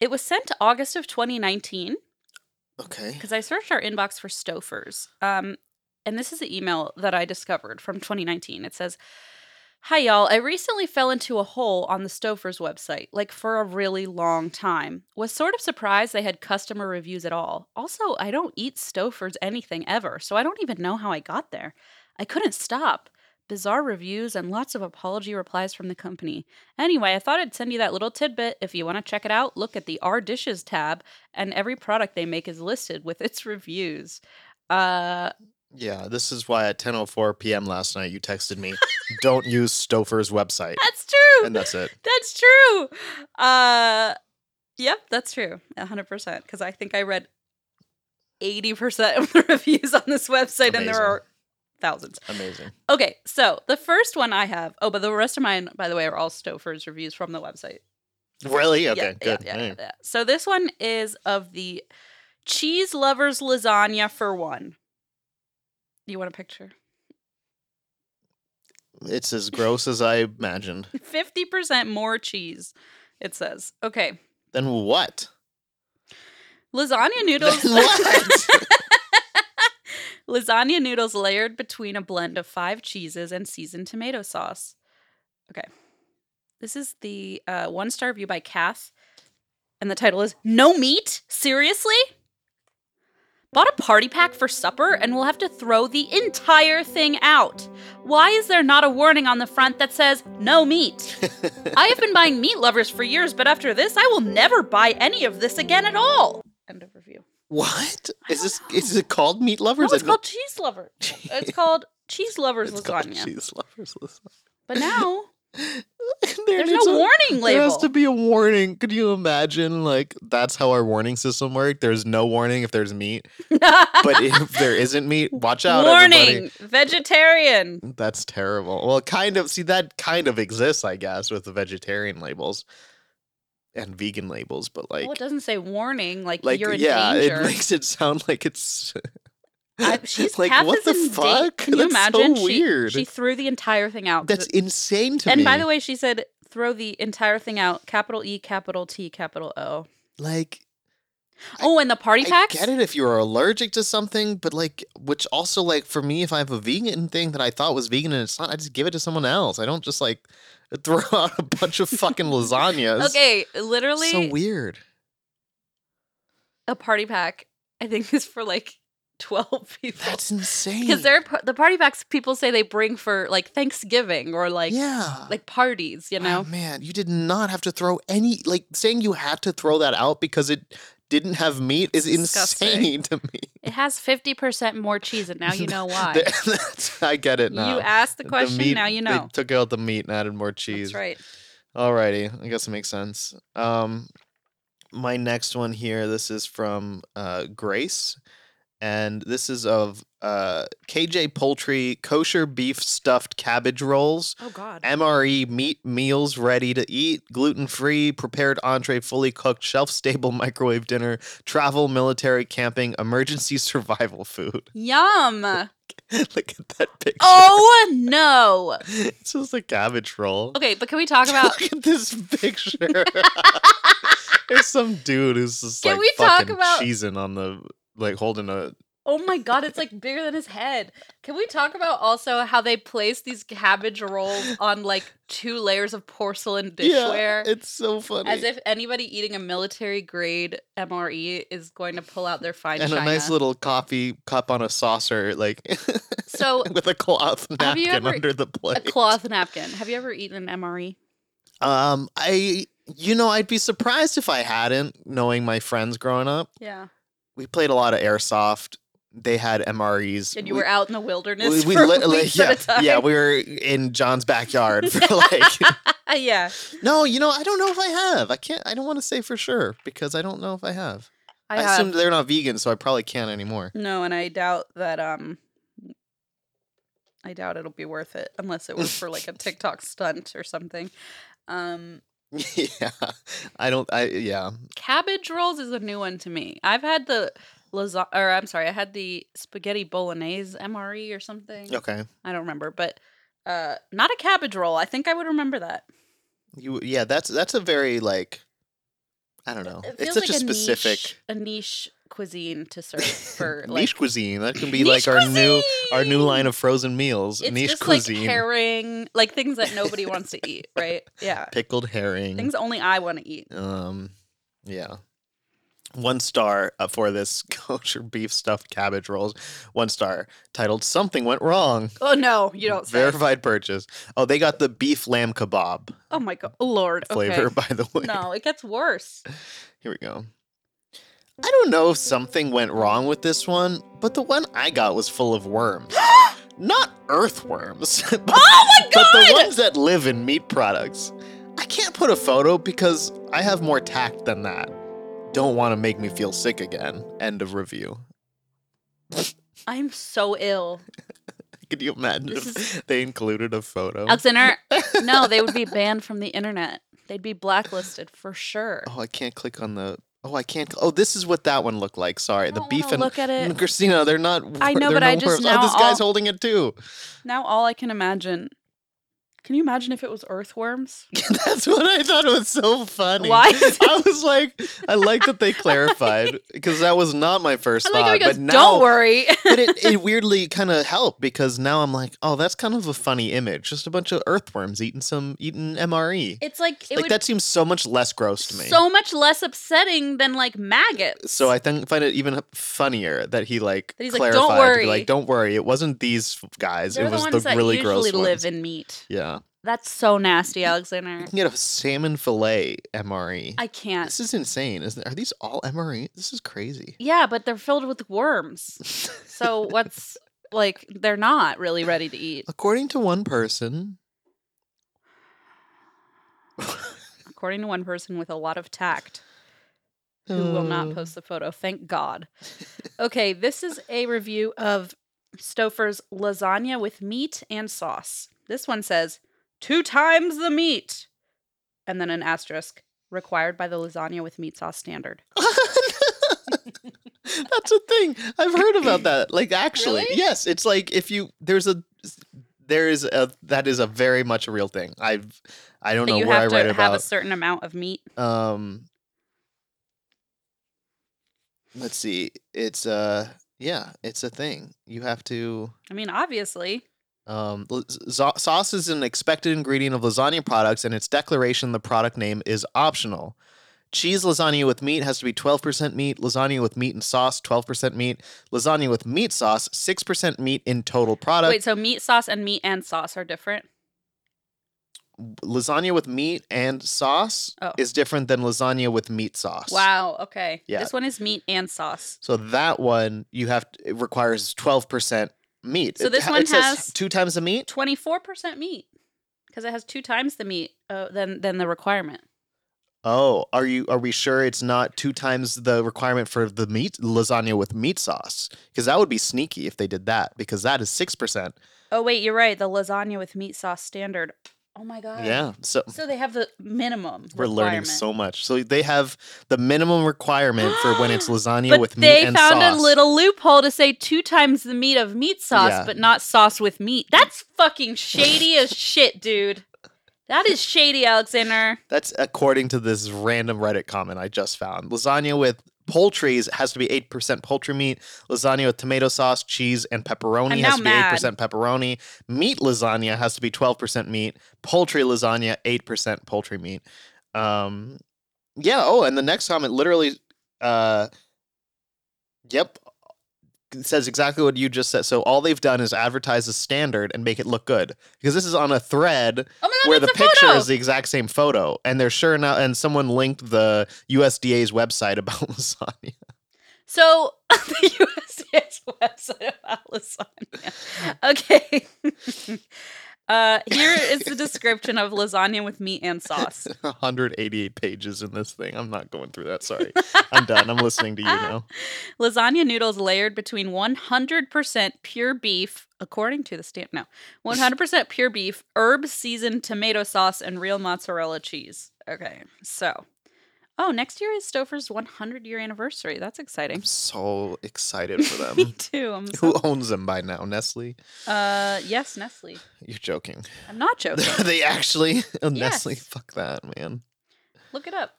it was sent August of 2019.
Okay.
because I searched our inbox for Stofers. Um, and this is the email that I discovered from 2019. It says, Hi, y'all. I recently fell into a hole on the Stofers website, like for a really long time. Was sort of surprised they had customer reviews at all. Also, I don't eat Stofers anything ever, so I don't even know how I got there. I couldn't stop. Bizarre reviews and lots of apology replies from the company. Anyway, I thought I'd send you that little tidbit. If you want to check it out, look at the Our Dishes tab, and every product they make is listed with its reviews. Uh,
Yeah, this is why at 10:04 p.m. last night you
(laughs)
texted me, "Don't use Stouffer's website,"
that's true.
and that's it.
That's true. Uh, yep, that's true. 100%. Because I think I read 80% of the (laughs) reviews on this website, and there
Amazing.
are thousands.
Amazing.
Okay, so the first one I have. Oh, but the rest of mine, by the way, are all Stouffer's reviews from the website.
Really? Okay.
(laughs) Yeah, yeah,
good.
yeah,
Hey.
yeah, yeah. So this one is of the cheese lovers lasagna for one. You want a picture?
It's as gross as I imagined.
50% more cheese, it says. Okay.
Then what?
Lasagna
(laughs)
noodles.
what?
lasagna noodles layered between a blend of five cheeses and seasoned tomato sauce. Okay. This is the uh, one star review by Kath. And the title is No Meat? Seriously? Bought a party pack for supper and we'll have to throw the entire thing out. Why is there not a warning on the front that says no meat? I have been buying meat lovers for years, but after this, I will never buy any of this again at all. End of review.
What
I
is
don't
this?
know.
Is it called meat lovers?
no, it's
I (laughs)
called cheese lover.
don't-
It's called cheese lovers
It's called
lasagna.
cheese lovers lasagna.
But now
(laughs) There
there's
needs
no
a-
warning
There has
label. (laughs)
to be a warning. Could you imagine? Like that's how our warning system worked. There's no warning if there's meat,
(laughs)
but if there isn't meat, watch out,
warning,
everybody.
vegetarian.
That's terrible. Well, kind of. See, that kind of exists, I guess, with the vegetarian labels and vegan labels, but like,
well, it doesn't say warning. Like,
like,
you're in
yeah,
danger.
it makes it sound like it's. (laughs)
I- she's
like
half
what
as
the
in da-
fuck?
Can you
That's
imagine?
So
She-
weird.
She, threw the entire thing out. 'cause
That's
it-
insane to
and
me.
by the way, she said throw the entire thing out. Capital E, capital T, capital O.
like, I-
oh, and the party
I
packs.
get it if you are allergic to something, but like, which also like for me, if I have a vegan thing that I thought was vegan and it's not, I just give it to someone else. I don't just like (laughs) throw out a bunch of fucking lasagnas.
Okay,
It's
literally
so weird.
a party pack. I think is for like twelve (laughs) people.
That's insane.
because they're par- the party packs people say they bring for like Thanksgiving or like
yeah,
like parties, you
(laughs)
know.
Oh, man, you did not have to throw any like saying you had to throw that out because it didn't have meat is
Disgusting.
insane (laughs) to me.
It has fifty percent more cheese, and now you know
(laughs)
why.
That's- I get it now.
you asked the question,
meat-
now you know.
They took out the meat and added more cheese.
That's right.
Alrighty, I guess it makes sense. Um, my next one here. This is from uh, Grace, and this is of uh, KJ Poultry kosher beef stuffed cabbage rolls.
Oh God.
MRE meat meals ready to eat, gluten free, prepared entree, fully cooked, shelf stable (laughs) microwave dinner, travel, military, camping, emergency (laughs) survival food. (laughs)
Yum.
Look at that picture.
Oh no.
It's just a cabbage roll.
Okay, but can we talk about?
(laughs) Look at this picture. (laughs) There's some dude who's just
Can
like
we talk
fucking
about-
cheesing on the like holding a
Oh my God, it's like bigger than his head. Can we talk about also how they place these cabbage rolls on like two layers of porcelain dishware?
Yeah, it's so funny.
As if anybody eating a military grade MRE is going to pull out their fine
and
china.
a nice little coffee cup on a saucer, like (laughs)
so
with a cloth
Have you
napkin
ever-
under the
a
plate.
cloth napkin. Have you ever eaten an E? MRE?
Um, I you know I'd be surprised if I hadn't, knowing my friends growing up.
Yeah.
We played a lot of airsoft. They had MREs.
And you
We-
were out in the wilderness
we
(laughs) for
lit- like,
weeks
yeah,
at a time.
yeah, we were in John's backyard for like.
(laughs) Uh, yeah.
no, you know I don't know if I have. I can't. I don't want to say for sure because I don't know if I have.
I,
I,
have
assumed they're not vegan, so I probably can't anymore. (laughs)
no, and I doubt that. Um, I doubt it'll be worth it unless it was for
(laughs)
like a TikTok stunt or something. Um,
yeah, I don't. I yeah.
cabbage rolls is a new one to me. I've had the lasagna, or I'm sorry, I had the spaghetti bolognese MRE or something.
Okay.
I don't remember, but uh, not a cabbage roll. I think I would remember that.
You yeah. That's that's a very like. I don't know.
It
Oh, It's
feels
such
like
a specific.
niche, a niche cuisine to
(laughs)
serve for like
niche cuisine. That can be
Niche
like our new our new
cuisine!
line of frozen meals.
It's
niche
just
cuisine,
like herring, like things that nobody wants to eat, right? Yeah,
pickled herring.
things only I want to eat.
um, yeah. One star uh, for this (laughs) kosher beef stuffed cabbage rolls. One star titled "Something Went Wrong."
Oh no, you don't say.
Verified purchase. Oh, they got the beef lamb kebab
Oh my god, Lord,
flavor,
Okay.
(laughs) by the way.
No, it gets
(laughs)
worse.
Here we go. I don't know if something went wrong with this one, but the one I got was full
(gasps)
of worms. Not earthworms, (laughs) but
Oh my
but the
god!
ones that live in meat products. I can't put a photo because I have more tact than that. Don't want to make me feel sick again. End of review. (laughs)
I'm so ill,
Could you imagine
This
if they included a photo?
Alexander.
(laughs)
no, they would be banned from the internet. They'd be blacklisted for sure.
Oh, I can't click on the. Oh, I can't. cl- Oh, this is what that one looked like. Sorry,
I
the
don't
beef
wanna
and
look at
Mm,
it.
Christina. They're not.
I
wor-
know,
they're oh,
but I
not
just
worth-
now
Oh, this guy's
all-
holding it too.
Now all I can imagine Can you imagine if it was earthworms?
(laughs) That's what I thought was so funny.
Why? (laughs)
(laughs) I was like, I like that they clarified because that was not my first
I like how he
thought.
goes,
but now,
"Don't worry."
(laughs)
(laughs)
but it, it weirdly kind of helped because now I'm like, oh, that's kind of a funny image. Just a bunch of earthworms eating some eating MRE.
it's like it
like
would
that seems so much less gross to me.
so much less upsetting than like maggots.
So I think find it even funnier that he like
That he's like,
clarified,
"Don't
to be
worry."
like don't worry, it wasn't these f- guys,
They're
it was
the
the,
ones that
really
usually
gross
live
ones.
in meat.
yeah,
That's so nasty, Alexander.
you can get a salmon fillet MRE.
I can't.
This is insane. Isn't are these all MRE? This is crazy. (laughs)
Yeah, but they're filled with worms. So what's like they're not really ready to
(laughs)
eat,
According to one person,
according to one person with a lot of tact who will not
uh,
post (laughs) the photo. Thank God. Okay, this is a review of Stouffer's lasagna with meat and sauce. This one says two times the meat, and then an asterisk required by the lasagna with meat sauce standard.
(laughs) That's a thing. I've heard about that. Like actually,
Really?
yes, it's like if you there's a there is a that is a very much a real thing. I've I don't
That
know
you
where I
have
read
to have a
about.
certain amount of meat.
Um Let's see. It's uh yeah, it's a thing. You have to
I mean, obviously.
um, l- sa- sauce is an expected ingredient of lasagna products, and its declaration the product name is optional. Cheese lasagna with meat has to be 12% meat, lasagna with meat and sauce, 12% meat, lasagna with meat sauce, 6% meat in total product.
Wait, so meat sauce and meat and sauce are different?
Lasagna with meat and sauce
Oh.
is different than lasagna with meat sauce.
Wow. Okay.
Yeah.
This one is meat and sauce.
So that one, you have to, it requires 12% meat.
So
It
this
ha-
one
it says
has-
two times the meat?
Twenty-four percent meat, because it has two times the meat uh, than than the requirement.
Oh, are you are we sure it's not two times the requirement for the meat lasagna with meat sauce? Because that would be sneaky if they did that, because that is six percent.
Oh wait, you're right. The lasagna with meat sauce standard. Oh my god.
Yeah. So
So they have the minimum.
we're learning
requirement.
so much. So they have the minimum requirement for
(gasps)
when it's lasagna
But
with
they
meat and
found
sauce.
a little loophole to say two times the meat of meat sauce,
Yeah.
but not sauce with meat. That's fucking shady
(laughs)
as shit, dude. That is shady, Alexander.
That's according to this random Reddit comment I just found. Lasagna with poultry has to be 8% poultry meat. Lasagna with tomato sauce, cheese, and
I'm
pepperoni
now
has to be
mad.
8% pepperoni. Meat lasagna has to be 12% meat. Poultry lasagna, 8% poultry meat. Um, yeah. Oh, and the next comment literally, uh, yep, it says exactly what you just said. So all they've done is advertise a standard and make it look good because this is on a thread
Oh my god,
where the
that's a
picture
photo.
is the exact same photo, and they're sure enough, and someone linked the USDA's website about (laughs) lasagna.
So (laughs) the USDA's website about lasagna. Okay. (laughs) uh, here is the description of lasagna with meat and sauce.
188 pages in this thing. I'm not going through that. Sorry, I'm done. I'm listening to
(laughs)
you now.
Lasagna noodles layered between 100% pure beef, according to the stamp.
(laughs)
No, 100% pure beef, herb seasoned tomato sauce, and real mozzarella cheese. Okay, so. Oh, next year is Stouffer's 100 year anniversary. That's exciting.
I'm so excited for
(laughs) Me
(laughs) them.
too. I'm so,
Who owns them by now? Nestle?
uh, yes, Nestle.
You're joking. (laughs)
I'm not joking.
they actually oh, Nestle.
Yes.
Fuck that, man.
Look it up.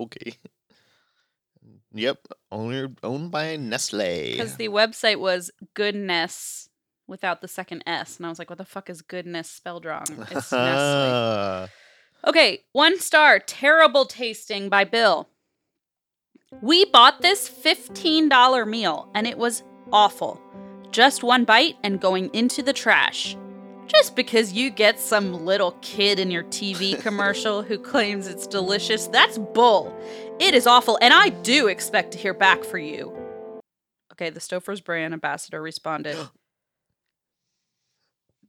Okay. Yep, owner owned by Nestle. (laughs)
because the website was goodness without the second s and i was like what the fuck is goodness spelled wrong it's Nestle. okay one star terrible tasting by bill we bought this $15 meal and it was awful just one bite and going into the trash just because you get some little kid in your TV commercial who claims it's delicious, that's bull. It is awful, and I do expect to hear back for you. Okay, the Stouffer's brand ambassador responded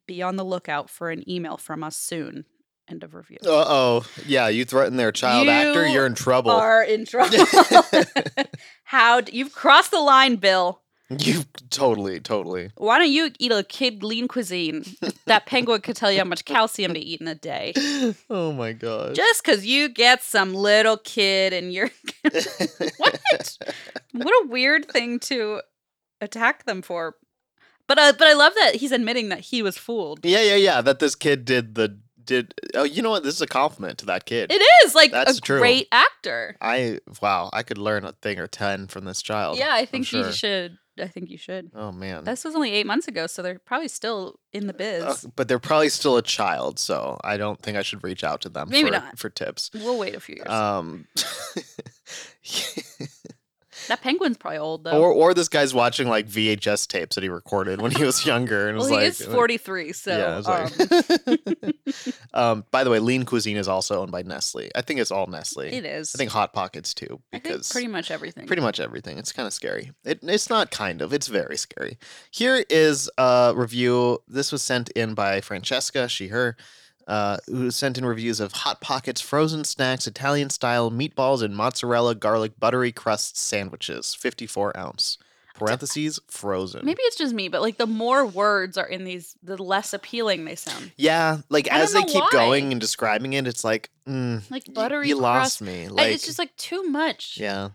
Be on the lookout for an email from us soon. End of review.
Uh oh. Yeah, you threaten their child actor,
You
you're in trouble. (laughs)
Are in trouble. (laughs) How d- you've crossed the line, Bill.
(laughs) You totally, totally.
Why don't you eat a kid lean cuisine? That penguin could tell you how much calcium to eat in a day.
Oh my gosh.
Just because you get some little kid and you're. (laughs) what? What a weird thing to attack them for. But uh, but I love that he's admitting that he was fooled.
(laughs) Yeah, yeah, yeah. That this kid did the did. Oh, you know what? This is a compliment to that kid.
It is like
That's
a
true.
great actor.
I wow, I could learn a thing or ten from this child.
yeah, I think
sure.
you should. I think you should.
Oh man.
This was only eight months ago, so they're probably still in the biz.
Uh, but they're probably still a child, so I don't think I should reach out to them
Maybe
for,
not.
for tips.
we'll wait a few years. (laughs)
Um, (laughs)
that penguin's probably old though.
or or this guy's watching like VHS tapes that he recorded when he was (laughs) younger and
well,
was
he
like
is forty three, so
yeah, I was
um, (laughs)
like- (laughs) um, by the way, Lean Cuisine is also owned by Nestle. I think it's all Nestle.
it is.
I think Hot Pockets too,
I think
because
pretty much everything.
pretty much everything. It's kind of scary. It, it's not kind of, it's very scary. Here is a review. This was sent in by Francesca, she, her, uh, who sent in reviews of Hot Pockets, frozen snacks, Italian style meatballs, and mozzarella, garlic, buttery crust sandwiches, 54 ounce. Parentheses, frozen.
Maybe it's just me, but like the more words are in these, the less appealing they sound.
Yeah, like
I don't
as they
know
keep
why.
going and describing it, it's like, mm,
Like
y-
buttery
you lost
crust.
me.
I-
Like,
it's just like too much.
yeah,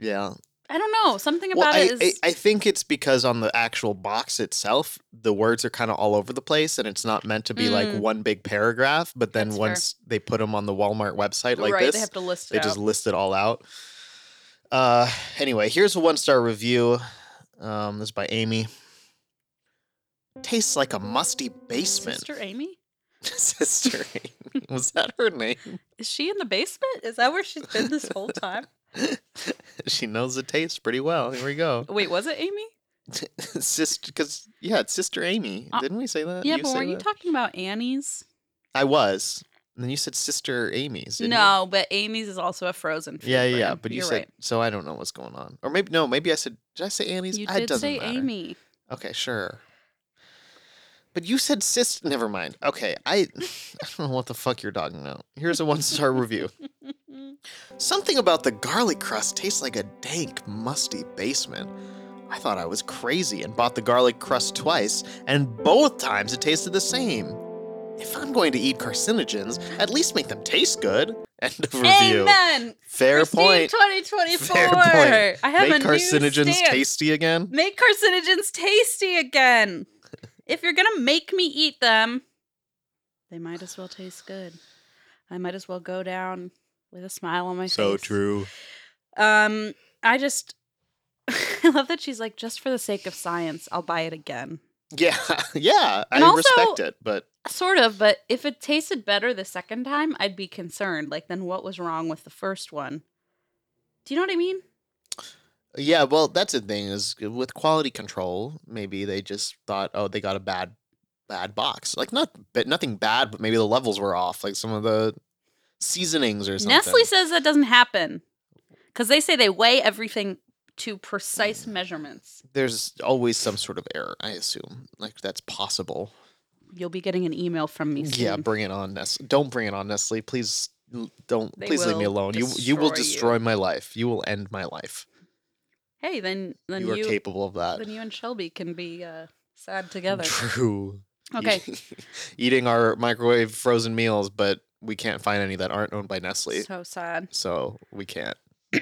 yeah.
I don't know. Something about
I,
it
I,
is.
I think it's because on the actual box itself, the words are kind of all over the place, and it's not meant to be like
Mm.
one big paragraph. But then
That's fair.
once they put them on the Walmart website like
right,
this,
they have to list it.
they
out.
just list it all out. Uh, anyway, here's a one star review. Um, this is by Amy. Tastes like a musty basement.
Sister Amy?
Sister Amy. Was that her name?
Is she in the basement? Is that where she's been this whole time?
she knows the taste pretty well. Here we go.
Wait, was it Amy?
Sister, because yeah, it's Sister Amy.
Uh,
Didn't we say that?
Yeah, but
say
were you
that?
talking about Annie's?
I was. And then you said Sister Amy's. didn't you?
No, but Amy's is also a frozen. Food
Yeah, yeah, yeah.
brand.
But you
You're
said
right.
so. I don't know what's going on. Or maybe no. Maybe I said. Did I say Annie's?
you
Ah, it
did
doesn't
say
matter.
Amy.
Okay, sure. But you said sis. Never mind. Okay, I, (laughs) I don't know what the fuck you're talking about. Here's a one
(laughs)
star review. Something about the garlic crust tastes like a dank, musty basement. I thought I was crazy and bought the garlic crust twice, and both times it tasted the same. If I'm going to eat carcinogens, at least make them taste good. End of review.
Amen.
Fair
Christine
point.
2024.
Fair point.
I have
Make
a
carcinogens
new stance.
tasty again.
Make carcinogens tasty
(laughs)
again. if you're gonna make me eat them, they might as well taste good. I might as well go down with a smile on my
So
face.
true.
Um, I just (laughs) I love that she's like, just for the sake of science, I'll buy it again.
Yeah, (laughs) yeah.
And
I
also-
respect it, but
Sort of, but if it tasted better the second time, I'd be concerned. Like, then what was wrong with the first one? Do you know what I mean?
Yeah, well, that's the thing is with quality control, maybe they just thought, oh, they got a bad, bad box. Like not, but nothing bad, but maybe the levels were off. Like some of the seasonings or something.
Nestle says that doesn't happen because they say they weigh everything to precise measurements.
There's always some sort of error, I assume. Like that's possible.
You'll be getting an email from me. Soon.
Yeah, bring it on, Nestle. Don't bring it on, Nestle. Please l- don't.
They
please leave me
will
alone. You you will
destroy
destroy my life. You will end my life.
Hey, then then
you are
you,
capable of that.
then you and Shelby can be uh, sad
(laughs)
together.
True.
Okay,
(laughs) eating our microwave frozen meals, but we can't find any that aren't owned by Nestle.
so sad.
So we can't.
(clears throat)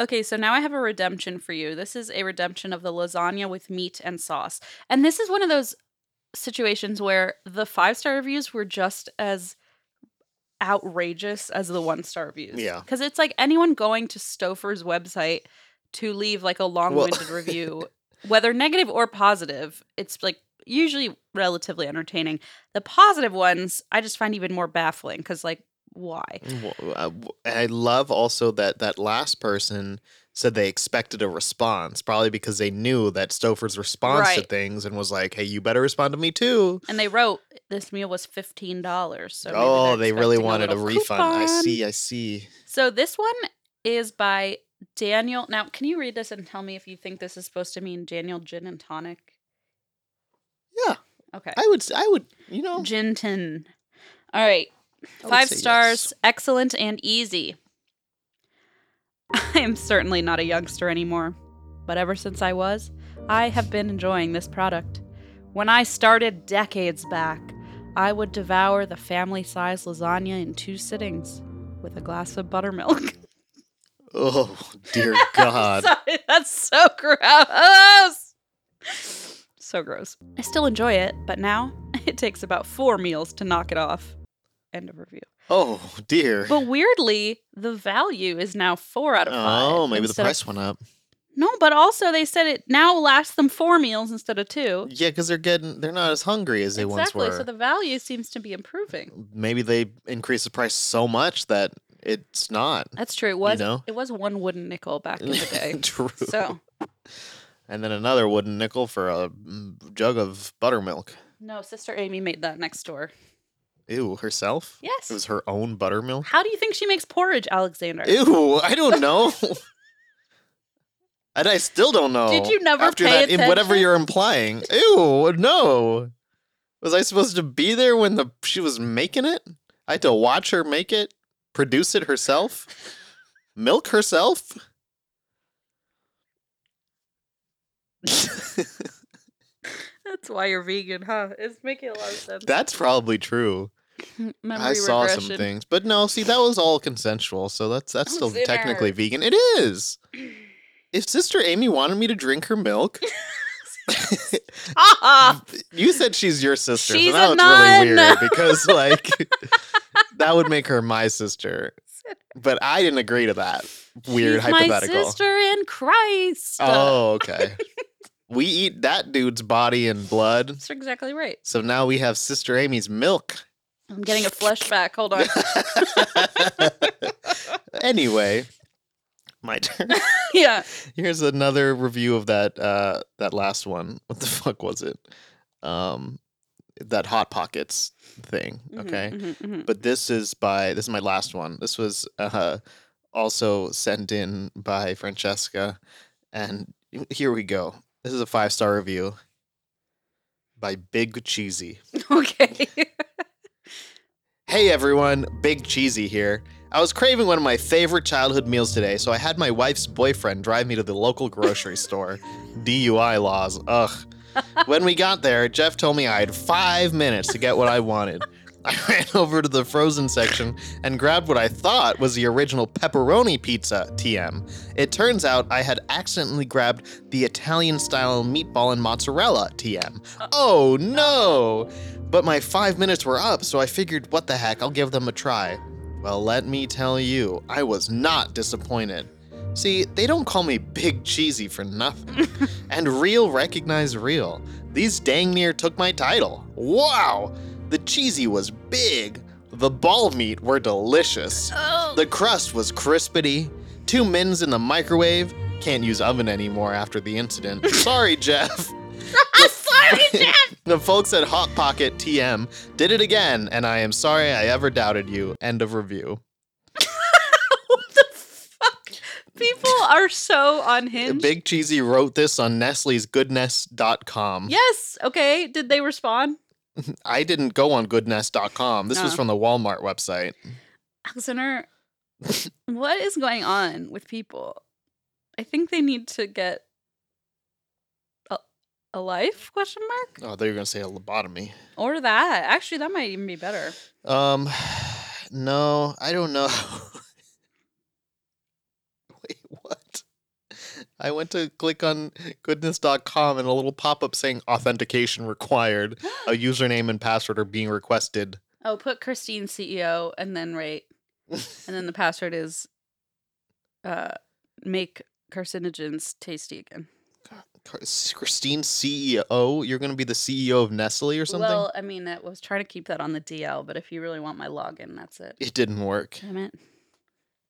okay, so now I have a redemption for you. This is a redemption of the lasagna with meat and sauce. And this is one of those situations where the five star reviews were just as outrageous as the one star reviews.
Yeah.
Because it's like anyone going to Stouffer's website to leave like a long winded review, whether negative or positive, it's like usually relatively entertaining. The positive ones I just find even more baffling because, like, why?
W- uh, w- I love also that that last person said they expected a response, probably because they knew that Stouffer's response to
Right.
things and was like, "Hey, you better respond to me too."
And they wrote this meal was fifteen dollars. So maybe
oh,
they're
they really
expecting
wanted a,
little
refund. I
coupon.
see. I see.
So this one is by Daniel. Now, can you read this and tell me if you think this is supposed to mean Daniel Gin and Tonic?
Yeah,
Okay,
I would. s- I would. You know,
Gin Tin. All right,
I would
five
say yes.
stars, excellent and easy. (laughs) I am certainly not a youngster anymore, but ever since I was, I have been enjoying this product. When I started decades back, I would devour the family sized lasagna in two sittings with a glass of buttermilk. (laughs)
Oh dear
I'm (laughs)
God.
sorry, that's so gross. So gross. I still enjoy it, but now (laughs) it takes about four meals to knock it off. End of review.
Oh dear.
But weirdly, the value is now four out of five.
Oh, maybe the
instead of-
price went up.
no, but also they said it now lasts them four meals instead of two.
Yeah, because they're getting they're not as hungry as they once
exactly.
were.
So the value seems to be improving.
maybe they increased the price so much that it's not.
That's true. It was
know?
it was one wooden nickel back in the day.
(laughs) True.
so
and then another wooden nickel for a mm, jug of buttermilk.
no, Sister Amy made that next door.
Ew, herself?
Yes.
It was her own buttermilk?
How do you think she makes porridge, Alexander?
Ew, I don't know. (laughs) and I still don't know.
Did you never
after
pay
that, in whatever
attention?
you're implying. Ew, no. Was I supposed to be there when the she was making it? I had to watch her make it, produce it herself, milk herself. (laughs)
That's why you're vegan, huh? It's making a lot of
(laughs)
sense.
That's probably true.
Memory
I saw some
regression. (laughs) Oh,
things, but no. See, that was all consensual, so that's that's still
Alexander.
technically vegan. It is. If Sister Amy wanted me to drink
(laughs)
her milk,
Ah,
you said she's your sister.
She's
so now
a
it's really
nun. (laughs)
weird because like that would make her
(laughs)
my sister. But I didn't agree to that weird
she's
hypothetical.
My sister in Christ. (laughs)
Oh, okay. we eat that dude's body and blood.
that's exactly right.
So now we have Sister Amy's milk. (laughs)
I'm getting a flashback. Hold on. (laughs)
anyway, my turn.
yeah.
Here's another review of that uh that last one. (laughs) What the fuck was it? Um that hot pockets thing,
Mhm,
okay?
mhm, mhm.
But this is by this is my last one. This was uh also sent in by Francesca and here we go. This is a five-star review by Big Cheesy.
mm-hmm. (laughs) Okay.
Hey everyone, Big Cheesy here. I was craving one of my favorite childhood meals today, so I had my wife's boyfriend drive me to the local grocery store. DUI laws, ugh. When we got there, Jeff told me I had five minutes to get what I wanted. I (laughs) ran over to the frozen section and grabbed what I thought was the original pepperoni pizza, TM. It turns out I had accidentally grabbed the Italian style meatball and mozzarella, TM. Oh no! But my five minutes were up, so I figured, what the heck, I'll give them a try. Well, let me tell you, I was not disappointed. See, they don't call me Big Cheesy for nothing. and real recognize real. These dang near took my title. Wow! The cheesy was big. The ball meat were delicious.
oh. (laughs)
The crust was crispity. Two mins in the microwave. Can't use oven anymore after the incident. Sorry, Jeff.
(laughs) Sorry, Jeff.
The folks at Hot Pocket TM did it again, and I am sorry I ever doubted you. End of review.
what the fuck? People are so unhinged. (laughs)
Big Cheesy wrote this on Nestle's goodness.com.
yes. Okay. Did they respond?
I didn't go on goodness.com. This was
Uh.
from the Walmart website.
Alexander, what is going on with people? I think they need to get a, a life question mark
Oh, they were going to say a lobotomy.
or that. Actually, that might even be (gasps) better.
Um, (sighs) no, I don't know. (laughs) Wait, what? I went to click on goodness.com and a little pop up saying authentication required. A username and password are being requested.
Oh, put Christine CEO and then rate. and
(laughs)
then the password is uh make carcinogens tasty again.
Car- Christine CEO, you're going to be the CEO of Nestle or something?
Well, I mean, I was trying to keep that on the DL, but if you really want my login, that's it.
it didn't work.
Damn it.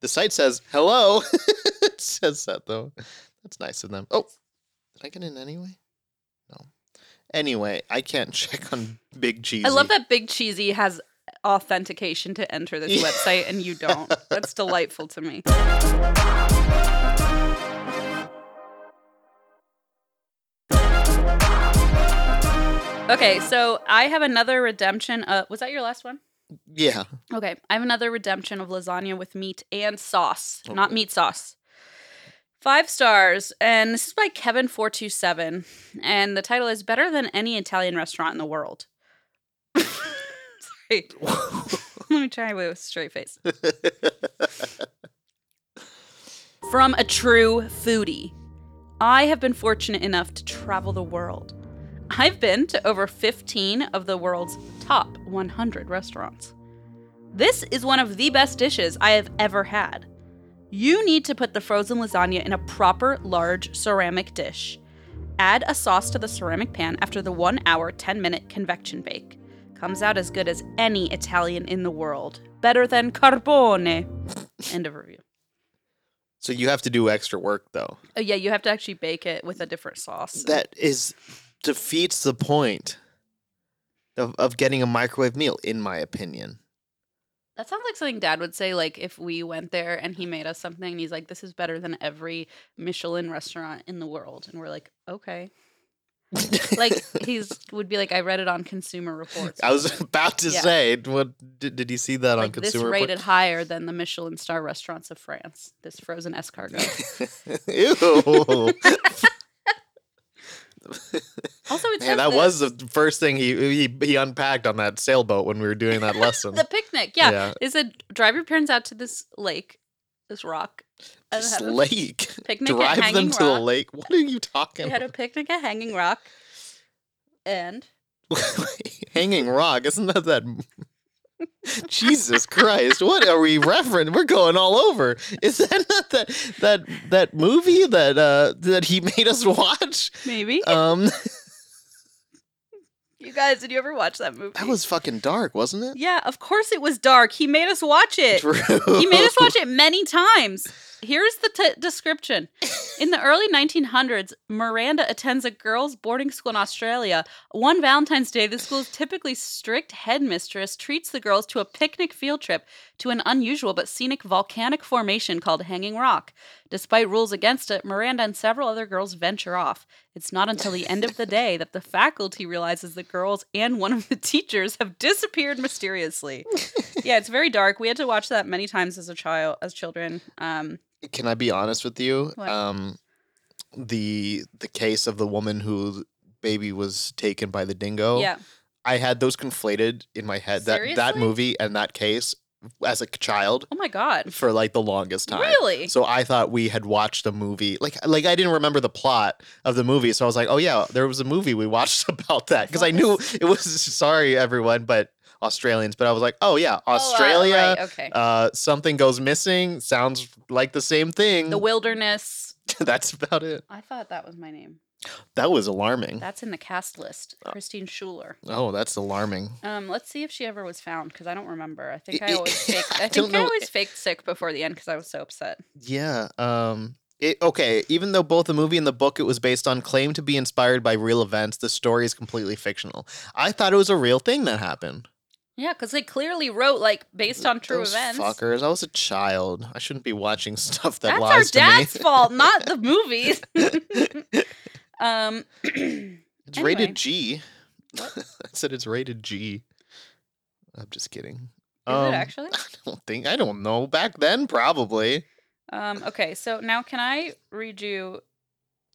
The site says hello. (laughs) it says that though. That's nice of them. Oh, did I get in anyway? No. Anyway, I can't (laughs) check on Big Cheesy.
I love that Big Cheesy has authentication to enter this
Yeah.
website and you don't. That's delightful to me. Okay, so I have another redemption. Uh, was that your last one?
Yeah.
Okay, I have another redemption of lasagna with meat and sauce, not meat sauce. Five stars, and this is by Kevin four two seven, and the title is "Better Than Any Italian Restaurant in the World." (laughs) Sorry, let me try with a straight face. From a true foodie, I have been fortunate enough to travel the world. I've been to over 15 of the world's top 100 restaurants. This is one of the best dishes I have ever had. You need to put the frozen lasagna in a proper large ceramic dish. Add a sauce to the ceramic pan after the 1 hour 10 minute convection bake. Comes out as good as any Italian in the world. Better than carbone. End of review.
So you have to do extra work though.
Oh, yeah, you have to actually bake it with a different sauce.
That is defeats the point of, of getting a microwave meal, in my opinion.
That sounds like something dad would say, like if we went there and he made us something and he's like, This is better than every Michelin restaurant in the world. And we're like, Okay. (laughs)
(laughs)
Like he's would be like, I read it on consumer reports.
I was (laughs) about to
Yeah.
say, what did, did you see that on
like, this
consumer?
rated higher than the Michelin star restaurants of France. This frozen
(laughs)
escargot. (laughs)
Report? Ew.
also, it
Man,
says
that
the-
was the first thing he, he he unpacked on that sailboat when we were doing that
(laughs)
lesson.
the picnic. Yeah, it said drive your parents out to this lake, this rock. and
This
(laughs) have a
lake.
Picnic at
Drive them
Uh, Hanging
to the
Rock.
lake. What are you
They
talking
had a picnic at Hanging Rock, and
about? (laughs) Hanging Rock, isn't that that? Jesus Christ! What are we referencing? We're going all over. Is that not that that that movie that uh that he made us watch?
maybe
Um,
you guys did you ever watch that movie?
that was fucking dark, wasn't it?
yeah. Of course, it was dark. He made us watch it.
True.
He made us watch it many times. Here's the t- description. In the early 1900s, Miranda attends a girls' boarding school in Australia. One Valentine's Day, the school's typically strict headmistress treats the girls to a picnic field trip to an unusual but scenic volcanic formation called Hanging Rock. Despite rules against it, Miranda and several other girls venture off. It's not until the end of the day that the faculty realizes the girls and one of the teachers have disappeared mysteriously yeah, it's very dark. We had to watch that many times as a child, as children. Um,
Can I be honest with you?
What?
Um, the the case of the woman whose baby was taken by the dingo.
yeah,
I had those conflated in my head. That that
Seriously?
movie and that case as a child
oh my god,
for like the longest time.
really?
So I thought we had watched a movie. Like like I didn't remember the plot of the movie. So I was like, oh yeah, there was a movie we watched (laughs) about that because I knew it was. Sorry everyone, but Australians. But I was like, oh yeah,
Oh, uh,
Australia.
right, okay,
Uh, something goes missing. Sounds like the same thing.
the wilderness.
(laughs) That's about it.
I thought that was my name.
That was alarming.
That's in the cast list. Christine Schuler.
oh, that's alarming.
Um, let's see if she ever was found because I don't remember. I think I
I- (laughs)
always faked.
I
I
don't
think I
know.
always faked sick before the end because I was so upset.
Yeah. Um. It, okay. Even though both the movie and the book it was based on claim to be inspired by real events, the story is completely fictional. I thought it was a real thing that happened.
Yeah, because they clearly wrote like based on true
Those
events.
Fuckers. I was a child. I shouldn't be watching (laughs) stuff that
That's our
lies
dad's
to me.
fault, not the movies. (laughs) um,
(laughs)
(clears throat)
It's
Anyway.
rated G. (laughs) I
What?
said it's rated G. I'm just kidding.
it
Um,
actually?
(laughs) I don't think. I don't know. Back then, probably.
um, okay, so now can I read you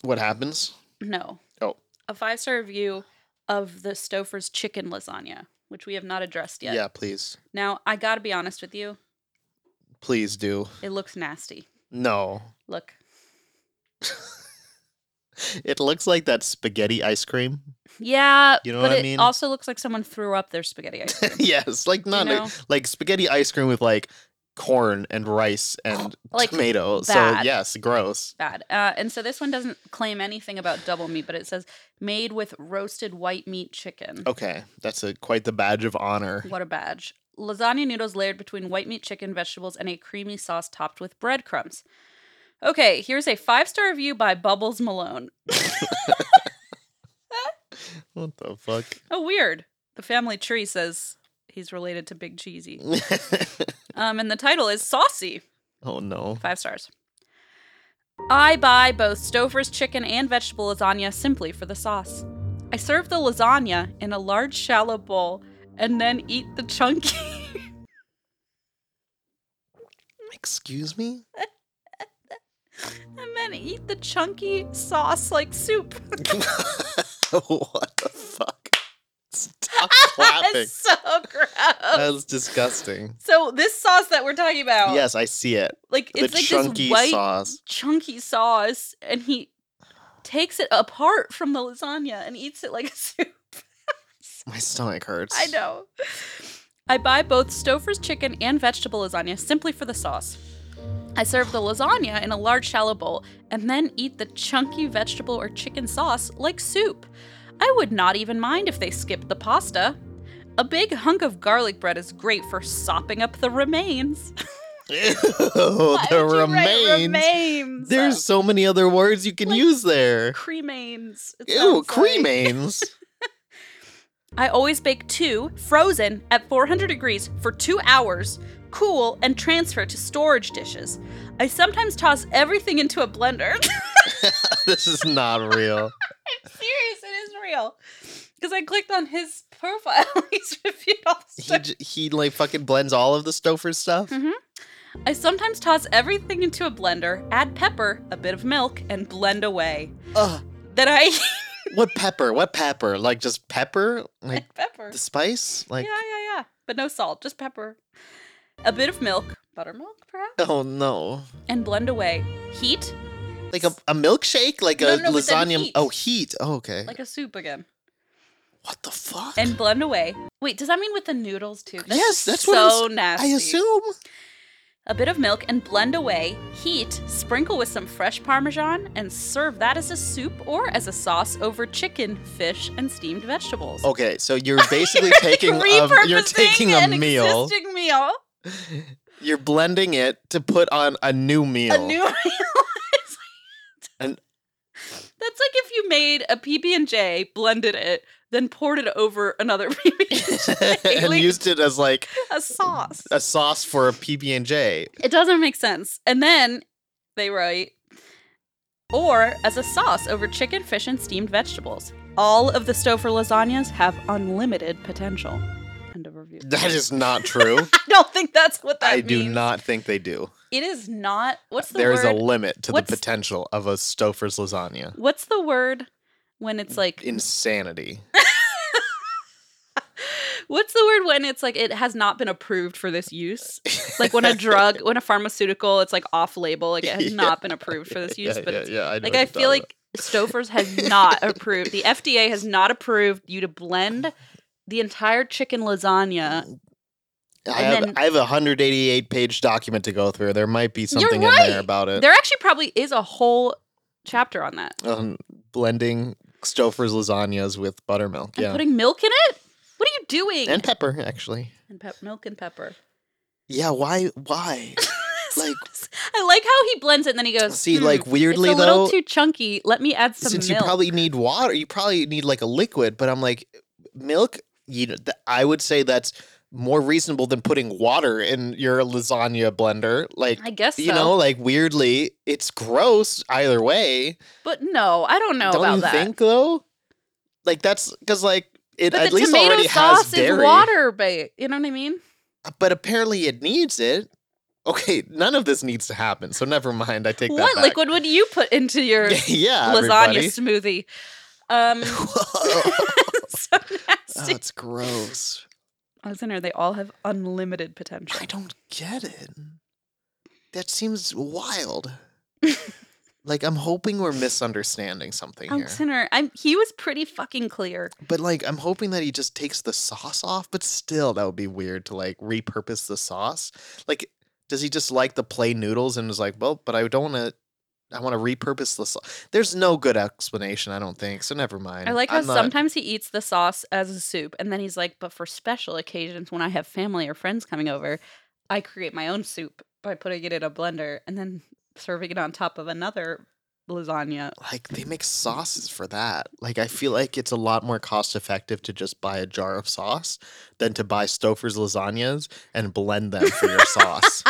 What happens?
No.
Oh.
A five star review of the Stouffer's chicken lasagna, which we have not addressed yet.
Yeah. Please.
Now, I gotta be honest with you,
Please do.
it looks nasty.
No.
Look.
It looks like that spaghetti ice cream. (laughs)
Yeah.
You know
but
what I
it
mean?
also looks like someone threw up their spaghetti ice
(laughs)
cream.
yes, like not
know?
like spaghetti ice cream with like corn and rice and
(gasps) Like,
tomato. So
bad.
yes, gross.
Bad. Uh, and so this one doesn't claim anything about double meat, but it says made with roasted white meat chicken.
Okay, that's a quite the badge of honor.
What a badge. Lasagna noodles layered between white meat, chicken, vegetables, and a creamy sauce topped with breadcrumbs. Okay, here's a five star review by Bubbles Malone.
What the fuck?
Oh, weird. The family tree says he's related to Big Cheesy. Um, and the title is Saucy.
(laughs) oh no.
Five stars. I buy both Stouffer's chicken and vegetable lasagna simply for the sauce. I serve the lasagna in a large shallow bowl and then eat the chunky. (laughs)
Excuse me?
and then eat the chunky sauce like soup.
(laughs) what the fuck?
(laughs)
Stop clapping.
That's so gross.
That's disgusting.
So this sauce that we're talking about,
Yes, I see it.
like Oh. it's
the
like this
chunky
white
sauce.
chunky sauce and he takes it apart from the lasagna and eats it like a (laughs) soup.
My stomach hurts.
I
(laughs)
know. I buy both Stouffer's chicken and vegetable lasagna simply for the sauce. I serve the lasagna in a large shallow bowl and then eat the chunky vegetable or chicken sauce like soup. I would not even mind if they skipped the pasta. A big hunk of garlic bread is great for sopping up the remains.
Ew,
Why
the
would you write
remains.
remains.
There's so many other words you can
Like- (laughs)
use there.
cremains. It
Ew,
sounds like- (laughs)
cremains.
I always bake two, frozen, at 400 degrees for two hours, cool, and transfer to storage dishes. I sometimes toss everything into a blender.
(laughs)
(laughs)
this is not real.
I'm serious, it is real. Because I clicked on his profile, (laughs) he's reviewed all the
He
stuff.
j- he like fucking blends all of the Stouffer's stuff.
Mhm. I sometimes toss everything into a blender, add pepper, a bit of milk, and blend away.
Ugh,
Then I (laughs)
what pepper? What pepper? Like just pepper? Like
add pepper.
the spice? Like
yeah, yeah, yeah. But no salt, just pepper. A bit of milk, buttermilk perhaps,
oh no.
and blend away. Heat,
Like a, a milkshake? Like
No,
a
no, no, but then
lasagna?
heat.
Oh, heat. Oh, okay.
like a soup again.
what the fuck?
and blend away. Wait, does that mean with the noodles too?
Yes, that's
so
what I
nasty.
I assume.
a bit of milk and blend away. Heat, sprinkle with some fresh parmesan, and serve that as a soup or as a sauce over chicken, fish, and steamed (laughs) vegetables.
Okay, so you're Oh, basically taking a,
Repurposing
you're taking a
an
meal.
existing meal,
You're blending it to put on a new meal.
a new (laughs) meal. It's like-
And-
That's like if you made a PB and J, blended it, then poured it over another (laughs) PB and J,
(laughs) (laughs) and
like
used it as like
a sauce.
a sauce for a PB and J.
It doesn't make sense. And then they write, or as a sauce over chicken, fish, and steamed vegetables. All of the Stouffer lasagnas have unlimited potential. End of
(laughs)
review. (laughs)
That is not true.
I don't think that's what (laughs) that
I
means.
do not think they do.
It is not. What's the
There
word?
is a limit to
What's-
the potential of a Stouffer's lasagna.
what's the word when it's like?
Insanity.
What's the word when it's like it has not been approved for this use? Like
(laughs)
when a drug, when a pharmaceutical, it's like off-label, like it has
Yeah.
not been approved for this use,
yeah,
but it's
yeah, yeah, I know
Like
what
I
you're
feel
talking
like Stouffer's has not
(laughs)
approved. The FDA has not approved you to blend the entire chicken lasagna.
Mm, about. I
and
have,
then-
I have a 188 page document to go through. There might be
You're
something in
right.
there about it.
There actually probably is a whole chapter on that.
um, blending Stouffer's lasagnas with buttermilk.
And
Yeah.
putting milk in it? What are you doing?
and pepper, actually.
And pep- milk and pepper. (laughs)
Yeah, why? Why? like,
I like how he blends it and then he goes,
see,
"Hmm,
like, weirdly,
it's a
though,
little too chunky. Let me add some
since
milk.
you probably need water, you probably need like a liquid. But I'm like, milk. You know, th- I would say that's more reasonable than putting water in your lasagna blender. Like,
I guess
you
so.
know, like weirdly, it's gross either way.
but no, I don't know
Don't
about
you
that.
think though? Like that's because like it
but
at
the
least
tomato
already
sauce
has dairy,
is water, ba- you know what I mean?
but apparently it needs it. Okay, none of this needs to happen, so never mind. I take
What
that back.
liquid would you put into your
(laughs) yeah,
lasagna (laughs)
everybody. (laughs)
smoothie. Um, (laughs)
Whoa.
so
Oh,
(laughs) nasty.
it's gross.
Listen, or they all have unlimited potential.
I don't get it. That seems
(laughs)
wild. like I'm hoping we're misunderstanding something here.
Alexander, I'm he was pretty fucking clear.
But like I'm hoping that he just takes the sauce off, but still that would be weird to like repurpose the sauce. Like does he just like the plain noodles and is like, "Well, but I don't want to I want to repurpose the sauce." There's no good explanation, I don't think. So never mind.
I like how
I'm not-
sometimes he eats the sauce as a soup, and then he's like, "But for special occasions, when I have family or friends coming over, I create my own soup by putting it in a blender and then serving it on top of another lasagna." (laughs)
like they make sauces for that. Like I feel like it's a lot more cost effective to just buy a jar of sauce than to buy Stouffer's lasagnas and blend them
(laughs)
for your sauce.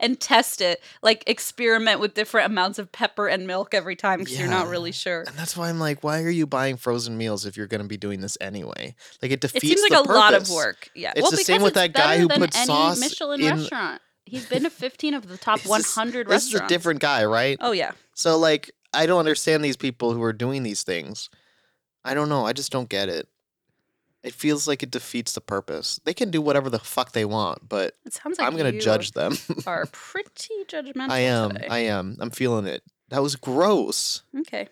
and test it, like experiment with different amounts of pepper and milk every time because you're not
Yeah.
really sure. (laughs)
And that's why I'm like, why are you buying frozen meals if you're going to be doing this anyway? Like it
It
defeats.
seems like
the
a lot of
purpose.
work. Yeah.
It's the same
because
with
it's
that guy
better
who
than
puts
any
sauce
Michelin
in-
restaurant.
(laughs)
He's been to 15 of the top
This is-
100
This is a
restaurants.
different guy, right?
Oh yeah.
So like, I don't understand these people who are doing these things. I don't know. I just don't get it. It feels like it defeats the purpose. They can do whatever the fuck they want, but
It sounds like
I'm gonna
you (laughs)
judge them. (laughs)
are pretty judgmental.
I am.
today.
I am. I'm feeling it. That was gross.
okay.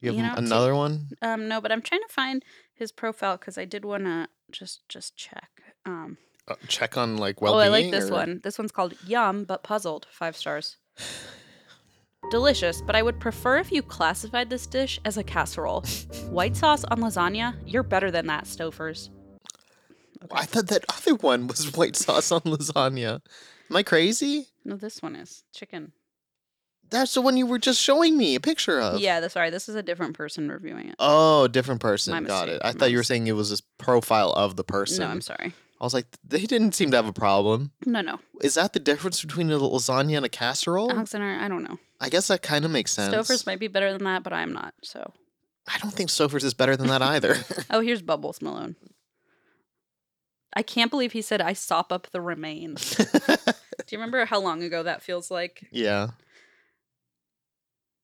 You have
You know, it's-
another one?
Um, no, but I'm trying to find his profile because I did want to just just check. Um,
Uh, check on like well
oh,
being.
I like this
or-
one. This one's called Yum but Puzzled. Five stars. (sighs) Delicious, but I would prefer if you classified this dish as a casserole. White sauce on lasagna? You're better than that, Stofers.
I thought that other one was (laughs) white sauce on lasagna. Am I crazy?
No, this one is chicken.
That's the one you were just showing me a picture of.
Yeah, th- sorry, this is a different person reviewing it.
Oh, different person. Got
mistake,
it. I
my
thought you were
mistake.
saying it was this profile of the person.
No, I'm sorry.
I was like, they didn't seem to have a problem.
No, no,
Is that the difference between a lasagna and a casserole?
Alexander, I don't know.
I guess that kind of makes sense.
Stofers might be better than that, but I'm not. So,
I don't think Stouffer's is better than that either.
(laughs)
(laughs)
oh, here's Bubbles Malone. I can't believe he said I sop up the
(laughs)
remains. Do you remember how long ago that feels like?
yeah.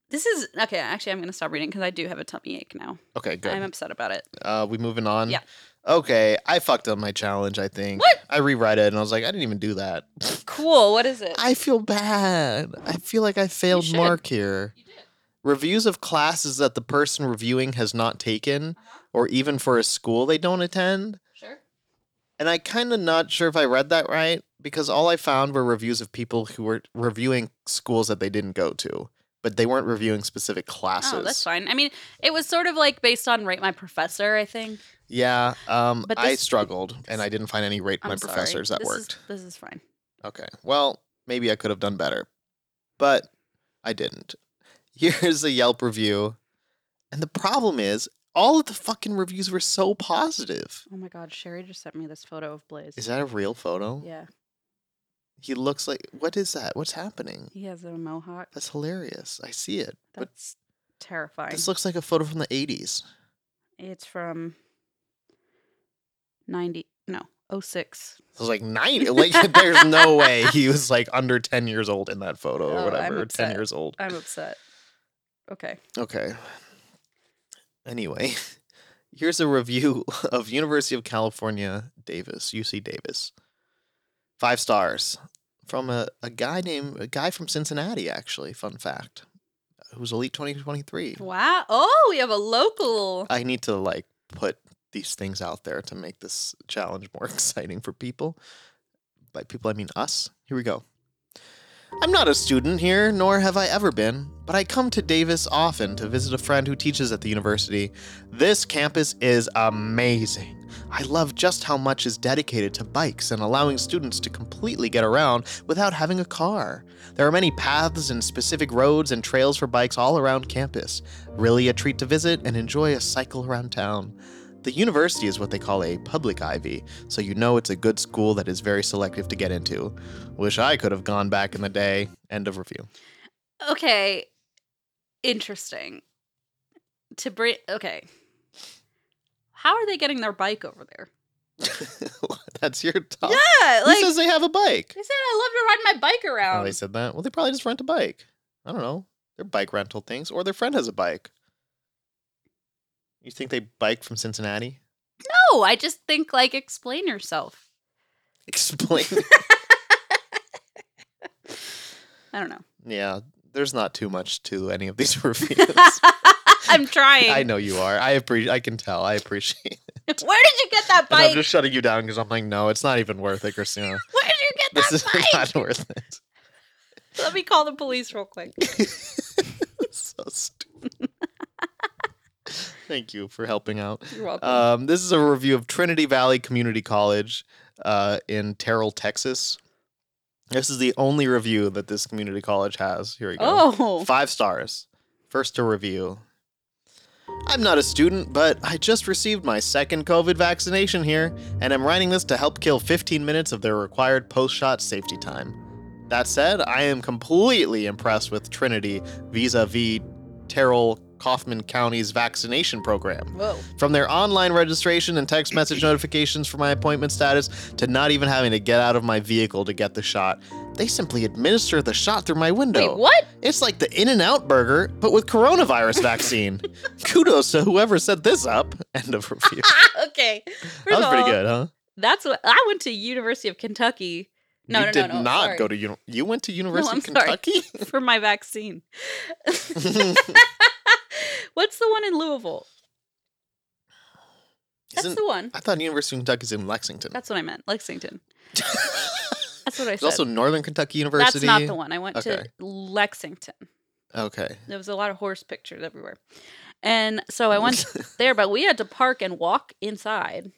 This is okay. Actually, I'm going to stop reading because I do have a tummy ache now.
Okay, good.
I'm upset about it.
Uh, we moving on?
Yeah.
Okay, I fucked up my challenge, I think.
What?
I reread it and I was like, I didn't even do that.
Cool. What is it?
I feel bad. I feel like I failed
should.
Mark here.
You did.
Reviews of classes that the person reviewing has not taken,
Uh-huh.
or even for a school they don't attend.
Sure. Oh,
And I kind of not sure if I read that right because all I found were reviews of people who were reviewing schools that they didn't go to, but they weren't reviewing specific classes.
Oh, that's fine. I mean, it was sort of like based on rate my professor. I think.
Yeah, um,
But
I
this-
struggled and I didn't find any rate
I'm
my
sorry.
professors that
This is-
worked.
this is fine.
Okay. Well, maybe I could have done better, but I didn't. (laughs) Here's a Yelp review. And the problem is, all of the fucking reviews were so positive.
Oh my God, Sherry just sent me this photo of Blaze.
Is that a real photo?
Yeah,
He looks like, what is that? What's happening?
he has a mohawk.
That's hilarious. I see it. But
That's terrifying.
this looks like a photo from the 80s.
it's from 90, no, 06.
I was like, nine. Like, (laughs) there's no way he was like under 10 years old in that photo
Oh,
or
I'm
whatever. 10
upset.
years old.
I'm upset. Okay.
Okay. Anyway, (laughs) here's a review (laughs) of University of California, Davis, UC Davis. Five stars from a, a guy named a guy from Cincinnati, actually, fun fact. Who's Elite 2023.
Wow. Oh, we have a local.
I need to like put these things out there to make this challenge more (laughs) exciting for people. By people, I mean us. Here we go. I'm not a student here, nor have I ever been, but I come to Davis often to visit a friend who teaches at the university. This campus is amazing. I love just how much is dedicated to bikes and allowing students to completely get around without having a car. There are many paths and specific roads and trails for bikes all around campus. Really a treat to visit and enjoy a cycle around town. The university is what they call a public Ivy, so you know it's a good school that is very selective to get into. Wish I could have gone back in the day. End of review. (laughs)
Okay. Interesting. To bring, okay. How are they getting their bike over there?
That's your top.
Yeah,
Who says they have Oh, a bike?
they said I love to ride my bike
Oh,
around.
they said that. Well, they probably just rent a bike. I don't know. They're bike rental things, or their friend has a bike. You think they bike from Cincinnati? (laughs)
no, I just think like explain yourself.
Explain.
I don't know.
yeah, there's not too much to any of these reviews.
(laughs) I'm trying.
I know you are. I appreciate. I can tell. I (laughs) appreciate. It.
(laughs) Where did you get that
And
bike?
I'm just shutting you down because I'm like, no, it's not even worth it, Christina.
Where did you get
This
that
(laughs) is
bike?
not worth (laughs) it.
Let me call the police real
(laughs)
quick.
so stupid. (laughs) Thank you for helping out.
You're welcome.
Um, this is a review of Trinity Valley Community College uh, in Terrell, Texas. This is the only review that this community college has. Here we go.
oh,
Five stars. First to review. I'm not a student, but I just received my second COVID vaccination here, and I'm writing this to help kill 15 minutes of their required post shot safety time. That said, I am completely impressed with Trinity vis a vis Terrell Kaufman County's vaccination program.
whoa.
From their online registration and text message notifications for my appointment status to not even having to get out of my vehicle to get the shot, they simply administer the shot through my window.
Wait, what? (laughs)
It's like the In N Out burger, but with coronavirus
(laughs)
vaccine. Kudos to whoever set this up. End of review.
Ah, okay.
that
First
was
of
pretty
all,
good, huh?
That's what I went to University of Kentucky. No, no,
you
no,
did
no,
not
sorry.
go to uni- you went to
No, (laughs)
University
I'm
of
sorry (laughs)
Kentucky.
for my vaccine. What's the one in Louisville? That's
(laughs) Isn't-
the one.
I thought University of Kentucky's in Lexington.
That's what I meant.
(laughs)
Lexington. That's what I
There's
said.
also Northern Kentucky
That's
University.
not the one. I went
Okay.
to Lexington.
Okay.
There was a lot of horse pictures everywhere. And so Oh, I
(laughs)
went there, but we had to park and walk inside.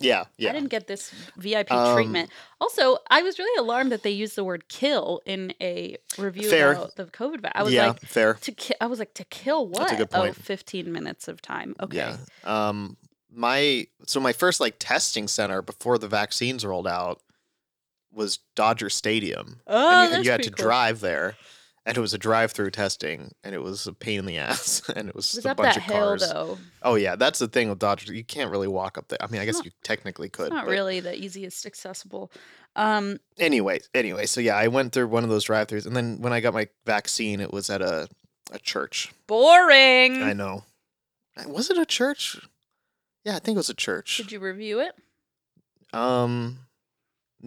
yeah,
I
yeah.
didn't get this VIP
Um,
treatment. Also, I was really alarmed that they used the word kill in a review
Fair.
about the COVID. vi- I was
yeah,
like,
fair.
to ki- I was like, to kill what?
That's a good
Oh,
point.
15 minutes of time. Okay.
Yeah. Um my so my first like testing center before the vaccines rolled out was Dodger Stadium.
Oh,
and you, and
that's
you had to
pretty cool.
drive there. And it was a drive-through testing, and it was a pain in the (laughs) ass, and it was
It
just
was
a
up
bunch
that
of
hill,
cars.
though.
Oh yeah, that's the thing with Dodger. You can't really walk up there. I mean, I guess
not-
you technically could.
Not
but-
really the easiest accessible. Um,
anyway, anyway, so yeah, I went through one of those drive-throughs, and then when I got my vaccine, it was at a a church.
boring.
I know. Uh, Was it a church? Yeah, I think it was a church.
Did you review it?
Um,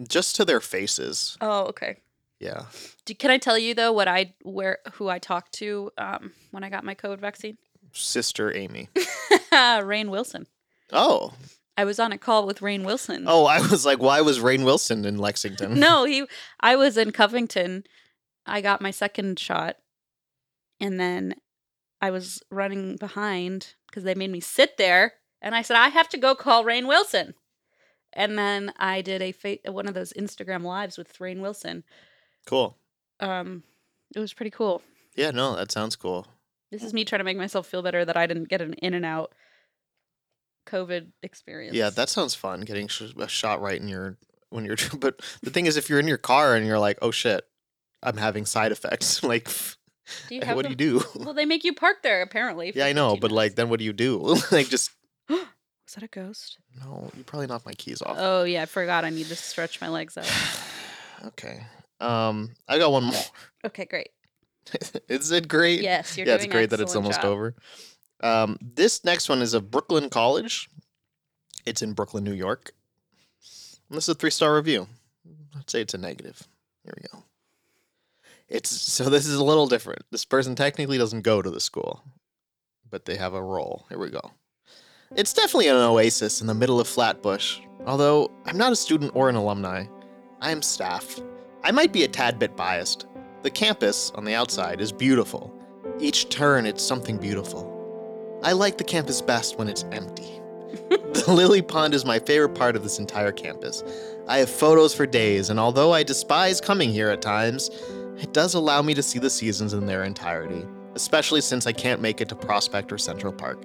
just to their faces.
Oh, okay.
Yeah.
Do, can I tell you though what I where who I talked to um, when I got my COVID vaccine? (laughs)
Sister Amy.
Rain Wilson.
Oh,
I was on a call with Rain Wilson.
oh, I was like, why was Rain Wilson in Lexington?
(laughs) no, he. I was in Covington. I got my second shot, and then I was running behind because they made me sit there, and I said I have to go call Rain Wilson. And then I did a fa- one of those Instagram lives with Rain Wilson.
Cool.
Um, it was pretty cool.
Yeah, no, that sounds cool.
This is me trying to make myself feel better that I didn't get an in and out COVID experience.
Yeah, that sounds fun. Getting sh- a shot right in your when you're. (laughs) But the thing is, if you're in your car and you're like, oh shit, I'm having side effects. (laughs) like,
do you
what do
them-
you do? (laughs)
Well, they make you park there apparently. for
yeah, I know,
15
but like,
minutes.
then what do you do? (laughs) like, just
is that a ghost?
no. You probably knocked my keys off.
Oh yeah, I forgot. I need to stretch my legs
Oh.
out.
(sighs) okay. Um, I got one more. (laughs)
Okay, great.
is it great?
Yes, you're
yeah,
doing
it's great that it's almost over. Um, this next one is a Brooklyn college. It's in Brooklyn, New York. And this is a three star review. I'd say it's a negative. Here we go. It's so this is a little different. This person technically doesn't go to the school, but they have a role. Here we go. It's definitely an oasis in the middle of Flatbush. Although I'm not a student or an alumni, I am staff. I might be a tad bit biased. The campus on the outside is beautiful, each turn, it's something beautiful. I like the campus best when it's empty. the lily pond is my favorite part of this entire campus. I have photos for days, and although I despise coming here at times, it does allow me to see the seasons in their entirety, especially since I can't make it to Prospect or Central Park.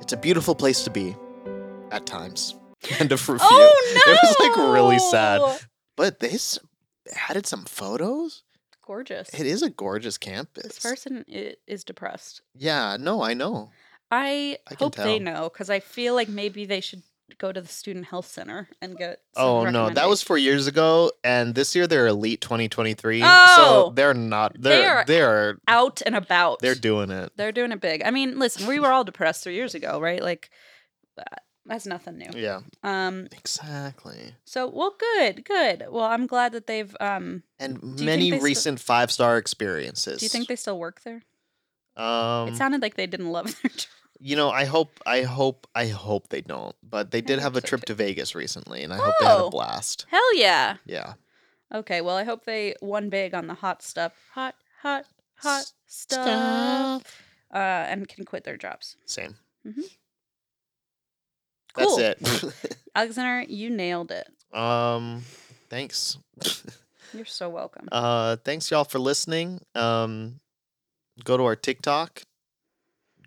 It's a beautiful place to be, at times. (laughs) End of review.
Oh no!
(laughs) It was like really sad. But this added some photos.
Gorgeous.
It is a gorgeous campus.
This person i- is depressed.
Yeah, no, I know.
I,
I can
hope they
tell.
know because I feel like maybe they should go to the student health center and get. some
Oh no, that was
recommendations.
four years ago, and this year they're elite 2023.
Oh!
so they're not.
They
They're
are-
they are
out and about.
they're doing it.
They're doing it big. I mean, listen, we were all depressed three years ago, right? Like, uh, that's nothing new.
Yeah,
Um.
exactly.
So, well, good, good. Well, I'm glad that they've. Um.
And
think
many
they still-
recent five star experiences.
Do you think they still work there?
Um,
it sounded like they didn't love (laughs) their job.
you know, I hope, I hope, I hope they don't. But they did
hope
have a
so,
trip
too.
to Vegas recently, and I hope they had a
Oh.
blast.
Hell yeah.
Yeah,
Okay. Well, I hope they won big on the hot stuff. Hot, hot, hot
S-
stuff. Uh, and can quit their jobs.
Same.
Mhm. Cool.
That's (laughs) it.
Alexander, you nailed it.
um, thanks.
You're so welcome.
Uh, thanks y'all for listening. Um, go to our TikTok,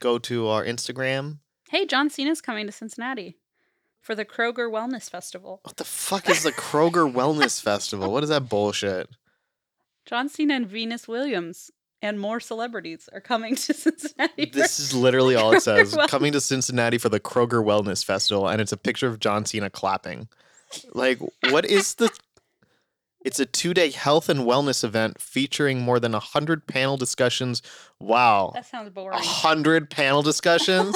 go to our Instagram.
hey, John Cena's coming to Cincinnati for the Kroger Wellness Festival.
What the fuck is the Kroger Wellness Festival? What is that bullshit?
John Cena and Venus Williams and more celebrities are coming to (laughs) Cincinnati. for-
(laughs) This is literally all it (laughs) says.
Kroger Wellness-
Coming to Cincinnati for the Kroger Wellness Festival, and it's a picture of John Cena clapping. Like, what is the? (laughs) It's a two-day health and wellness event featuring more than hundred panel discussions. Wow,
(laughs) that sounds boring.
Oh, hundred
(laughs)
panel discussions.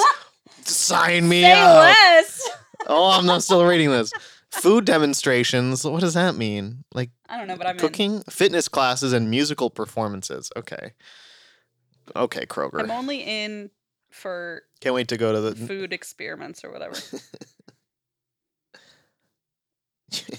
Sign me
Say
up.
less.
oh, I'm not still reading this. Food demonstrations. What does that mean? Like
I don't know, but I'm in.
cooking, fitness classes, and musical performances. Okay. Okay, Kroger.
I'm only in for
Can't wait to go to the.
food experiments or whatever.
the (laughs)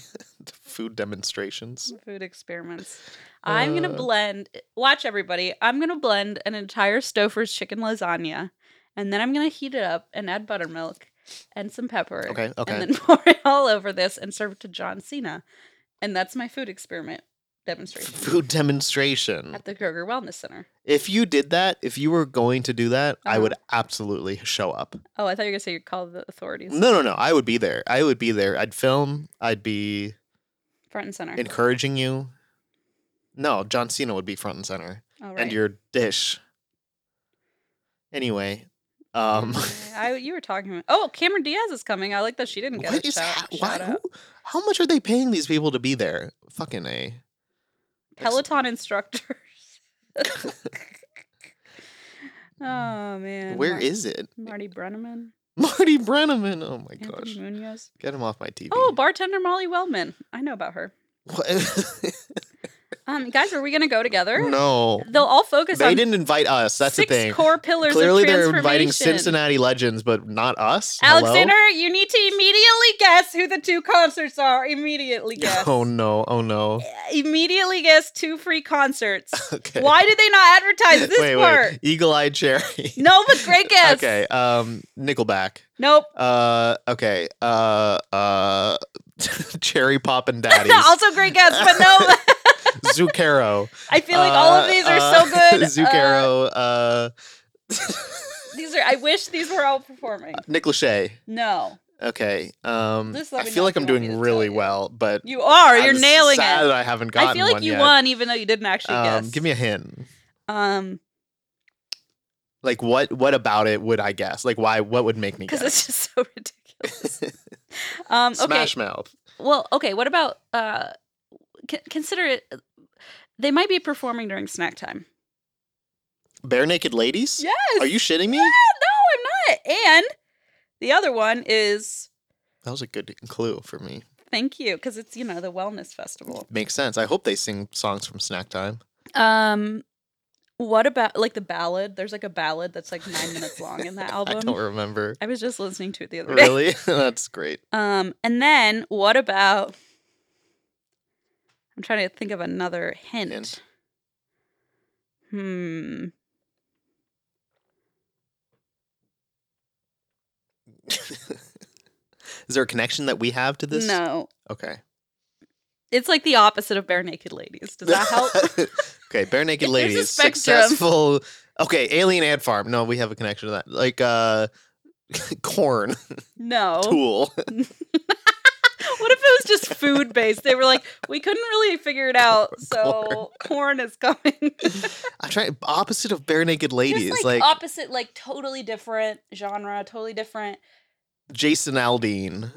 food demonstrations.
food experiments. I'm gonna
Uh.
blend. Watch everybody. I'm gonna blend an entire Stouffer's chicken lasagna, and then I'm gonna heat it up and add buttermilk and some pepper,
Okay, okay.
and then (laughs) pour it all over this and serve it to John Cena, and that's my food experiment demonstration
food demonstration.
at the Kroger Wellness Center.
If you did that, if you were going to do that, I
Uh-huh.
would absolutely show up.
Oh, I thought you were gonna say you called the authorities
No, no, no. I would be there. I would be there. I'd film. I'd be
front and center.
encouraging you. No, John Cena would be front and center,
All Oh, right.
and your dish. Anyway,
(laughs)
um,
I, you were talking about. Oh, Cameron Diaz is coming. I like that she didn't get
what
a
is
shout,
ha- why,
shout out.
who- how much are they paying these people to be there? Fucking a.
Peloton
(laughs)
instructors. oh man.
Where
Mar-
is it? (laughs)
Marty Brenneman?
Marty Brenneman. Oh my
Anthony
gosh,
Munoz.
get him off my TV.
Oh, bartender Molly Wellman. I know about her.
What? (laughs)
Um, guys, are we gonna go together?
no,
They'll all focus
they
on
didn't invite us. That's the
six
thing.
core pillars
Clearly,
of transformation.
they're inviting Cincinnati legends, but not us. Hello? Oh,
Alexander,
(laughs)
you need to immediately guess who the two concerts are. Immediately guess.
(laughs) Oh no! Oh no!
Immediately guess two free concerts.
(laughs) Okay.
Why did they not advertise this
(laughs) wait,
part?
wait. Eagle Eye Cherry.
No, but great guess.
(laughs) Okay. Um. Nickelback.
Nope.
Uh. Okay. Uh. Uh. (laughs) Cherry Pop
(laughs)
and Daddies.
also great guess, but
(laughs)
no. (laughs)
Zucchero.
I feel like all of
Uh,
these are
uh, (laughs)
so good. Uh,
Zucchero. Uh.
these are. I wish these were all performing.
Nick Lachey.
No,
Okay. Um.
This let
I
me
feel
know
like
if
I'm
you want me
doing
to
really
tell you.
well, but
you are. You're
I'm
nailing
sad
it.
That I haven't gotten
I feel like
one
you
yet.
won, even though you didn't actually
Um,
guess.
give me a hint. (laughs)
um,
Like what? What about it would I guess? Like why? What would make me
because it's
guess?
just so ridiculous.
(laughs)
um, (laughs) okay.
Smash Mouth.
Well, okay. What about uh, c- consider it? They might be performing during snack time.
Bare Naked Ladies?
Yes.
Are you shitting me?
Yeah, no, I'm not. And the other one is
That was a good clue for me.
thank you because it's you know the wellness festival.
Makes sense. I hope they sing songs from Snack Time.
Um, what about like the ballad? There's like a ballad that's like nine minutes long in that album.
(laughs) I
I, (laughs)
don't remember.
was just listening to it the other day.
Really? (laughs) That's great.
Um, and then what about? I'm trying to think of another hint.
Hint.
Hmm.
Is there a connection that we have to this?
No,
Okay.
it's like the opposite of bare naked ladies. Does that
(laughs)
help?
okay, Bare
(laughs)
Naked
There's a
Ladies.
spectrum.
Successful. Okay, Alien Ant Farm. No, we have a connection to that. Like uh (laughs) corn.
no.
(laughs) Tool.
What if it was just food based? They were like, we couldn't really figure it
(laughs)
out, so corn is (laughs) coming.
I try opposite of Bare Naked Ladies.
just
like
like opposite, like totally different genre, totally different.
Jason Aldean.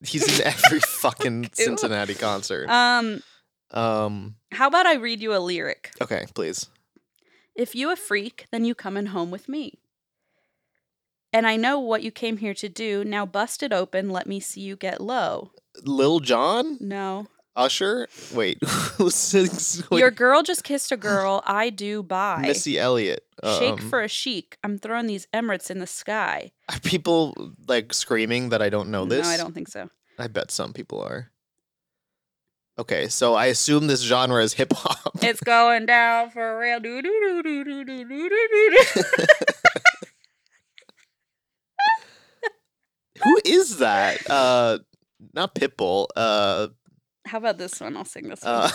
He's
(laughs)
in every fucking Cincinnati concert.
Um,
Um.
How about I read you a lyric?
Okay, please.
If you a freak, then you coming home with me. And I know what you came here to do. Now bust it open. Let me see you get low.
Lil John,
No.
Usher. Wait, (laughs) who sings? wait,
Your girl just kissed a
(laughs)
girl. I do buy.
Missy Elliott.
Shake
Um,
for a chic. I'm throwing these emirates in the sky.
Are people like screaming that I don't know this?
No, I don't think so.
I bet some people are. Okay, so I assume this genre is hip hop. (laughs)
It's going down for real. Do, do, do, do, do, do, do, do, do.
Who is that? Uh, not Pitbull. Uh,
How about this one? I'll sing this one.
uh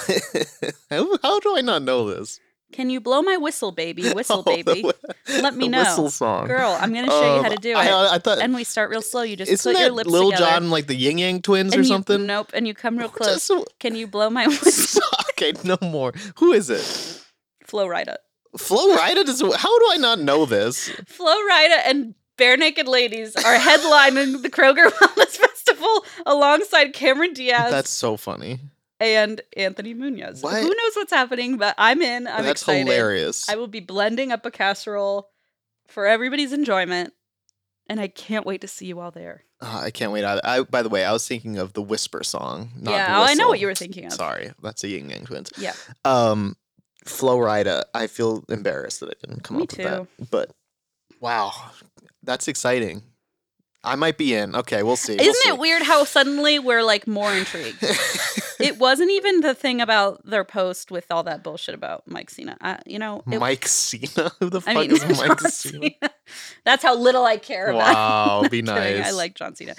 (laughs) how, how do I not know this?
Can you blow my whistle,
(laughs)
baby? Whistle,
Oh, the
baby.
whi-
Let me
the
know.
Whistle song.
Girl, I'm going to show you how
Um,
to do it.
I, I thought.
and we start real slow. You just
isn't
put
that
your lips
Lil
together.
John like the Ying Yang Twins
and
or
you-
something?
Nope. And you come real
What
close.
does-
Can you blow my (laughs)
(laughs)
whistle?
okay, no more. Who is it?
Flo Rida.
Flo Rida does. How do I not know this?
Flo Rida and Bare Naked Ladies are headlining the Kroger (laughs) Wellness Festival alongside Cameron Diaz
That's so funny.
and Anthony Munoz.
What?
Who knows what's happening, but I'm in. I'm
That's
excited.
hilarious.
I will be blending up a casserole for everybody's enjoyment, and I can't wait to see you all there.
Uh, I can't wait. I, I by the way, I was thinking of the Whisper song. Not
yeah,
the
oh, I know
Whistle.
what you were thinking of.
Sorry, that's the Ying Yang Twins.
Yeah.
Um, Flo Rida. I feel embarrassed that I didn't come
Me
up with that. But wow, that's exciting. I might be in. Okay, we'll see.
Isn't it weird how suddenly we're like more intrigued?
(laughs)
it wasn't even the thing about their post with all that bullshit about Mike Cena. I, you know, it,
Mike Cena? Who the fuck
I mean,
is Mike
(laughs) John
Cena?
Cena. That's how little I care about.
Wow,
(laughs)
(laughs) be
Kidding,
nice.
I like John Cena,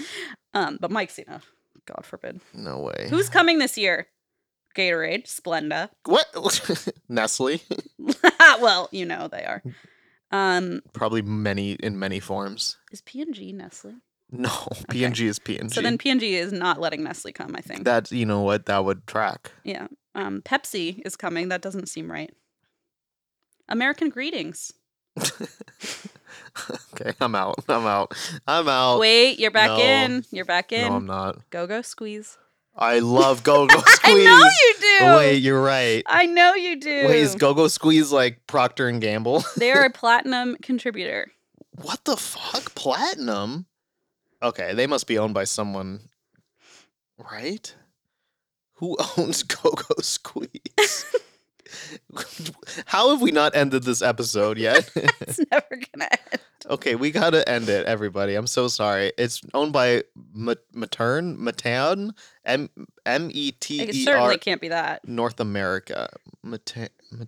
um, but Mike Cena, God forbid.
No way.
Who's coming this year? Gatorade, Splenda. (laughs)
what? (laughs) Nestle?
well, you know they are.
Mm.
Um,
Probably many in many forms.
is PNG Nestle?
No, PNG is PNG.
So then PNG is not letting Nestle come. I think.
that you know what that would track. (laughs)
yeah. Um, Pepsi is coming. That doesn't seem right. American Greetings.
okay, I'm out. I'm out. I'm out.
Wait, you're back
Oh, no.
in. You're back
no, I'm
in.
not.
Go go squeeze.
I love Go Go Squeeze.
(laughs) I know you do.
Wait, you're right.
I know you do.
Wait, is Go Go Squeeze like Procter and Gamble?
they
(laughs)
are a platinum contributor.
what the fuck? Platinum? Okay, they must be owned by someone, right? Who (laughs) owns Go Go Squeeze? How have we not ended this episode yet? (laughs)
It's never gonna end.
Okay, we gotta end it, everybody. I'm so sorry. It's owned by Ma- Matern, Matan, M M E T
It
E
certainly
R
can't be that.
North America. Matan, Ma-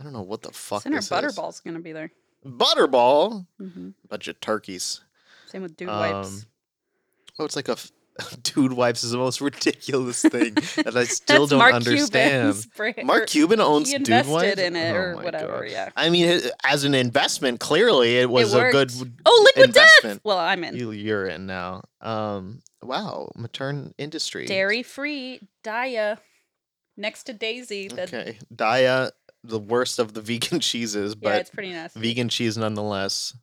I don't know what the fuck
Center
this is.
Butterball's gonna be there.
Butterball,
hmm
bunch of turkeys.
Same with Dude
Um,
Wipes. (laughs)
Oh, it's like a f- (laughs) dude wipes is the most ridiculous
(laughs)
thing that I still
That's
don't
Mark Cuban's (laughs)
understand.
brand.
Mark Cuban owns
he
dude
invested
wipes
in it
Oh
or
my
whatever.
God.
Yeah.
I mean, it- as an investment, clearly it was a good
worked. Oh, Liquid Death.
investment.
Well, I'm in.
you, you're in now. Um, wow, matern industry.
Dairy free Dia next to Daisy. That,
Okay, Daya, the worst of the (laughs) vegan cheeses,
Yeah,
but
it's pretty nasty.
vegan cheese nonetheless.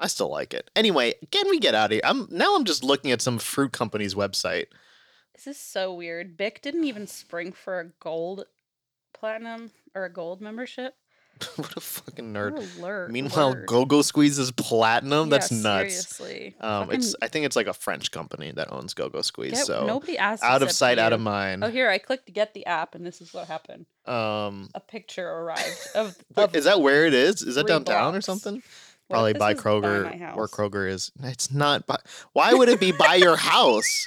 I still like it. Anyway, can we get out of here? I'm now. I'm just looking at some fruit company's website. (laughs)
This is so weird. Bic didn't even spring for a gold platinum or a gold membership.
what a fucking
What
nerd.
a lurk.
Meanwhile, Go-Go Squeeze is platinum. That's nuts.
Seriously.
Um, it's
Fucking
I think it's like a French company that owns Go-Go Squeeze.
get-
so
nobody asked.
out of
except
sight, out of
you.
mind.
Oh, here I clicked get the app, and this is what happened.
Um,
A picture
(laughs)
arrived of.
Wait,
of
is that where it is? Is that
three
downtown or
blocks.
something?
what
Probably
if
by
this was
Kroger,
my house?
where Kroger is. It's not by. Why would it be by
(laughs)
your house?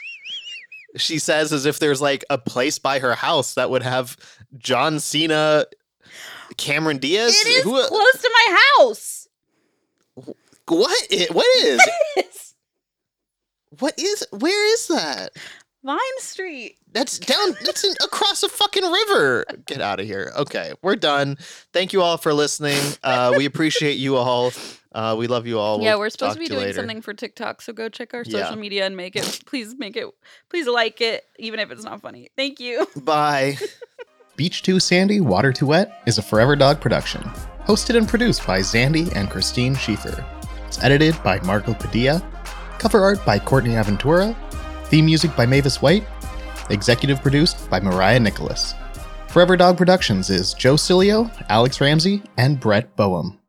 She says as if there's like a place by her house that would have John Cena, Cameron Diaz.
It is
Who-
close to my house. (laughs)
what? i- What is?
It's
what is? Where is that?
Vine Street.
That's down. That's in, across a fucking river. Get out of here. Okay, we're done. Thank you all for listening. Uh, we appreciate you all. Uh, we love you all.
yeah,
We'll
we're supposed
talk
to be
you
doing
later.
something for TikTok, so go check our
Yeah.
social media and make it. Please make it. Please like it, even if it's not funny. Thank you.
Bye.
Beach Too Sandy, Water Too Wet is a Forever Dog production, hosted and produced by Zandy and Christine Schieffer. It's edited by Marco Padilla, cover art by Courtney Aventura, theme music by Mavis White, executive produced by Mariah Nicholas. Forever Dog Productions is Joe Cilio, Alex Ramsey, and Brett Boehm.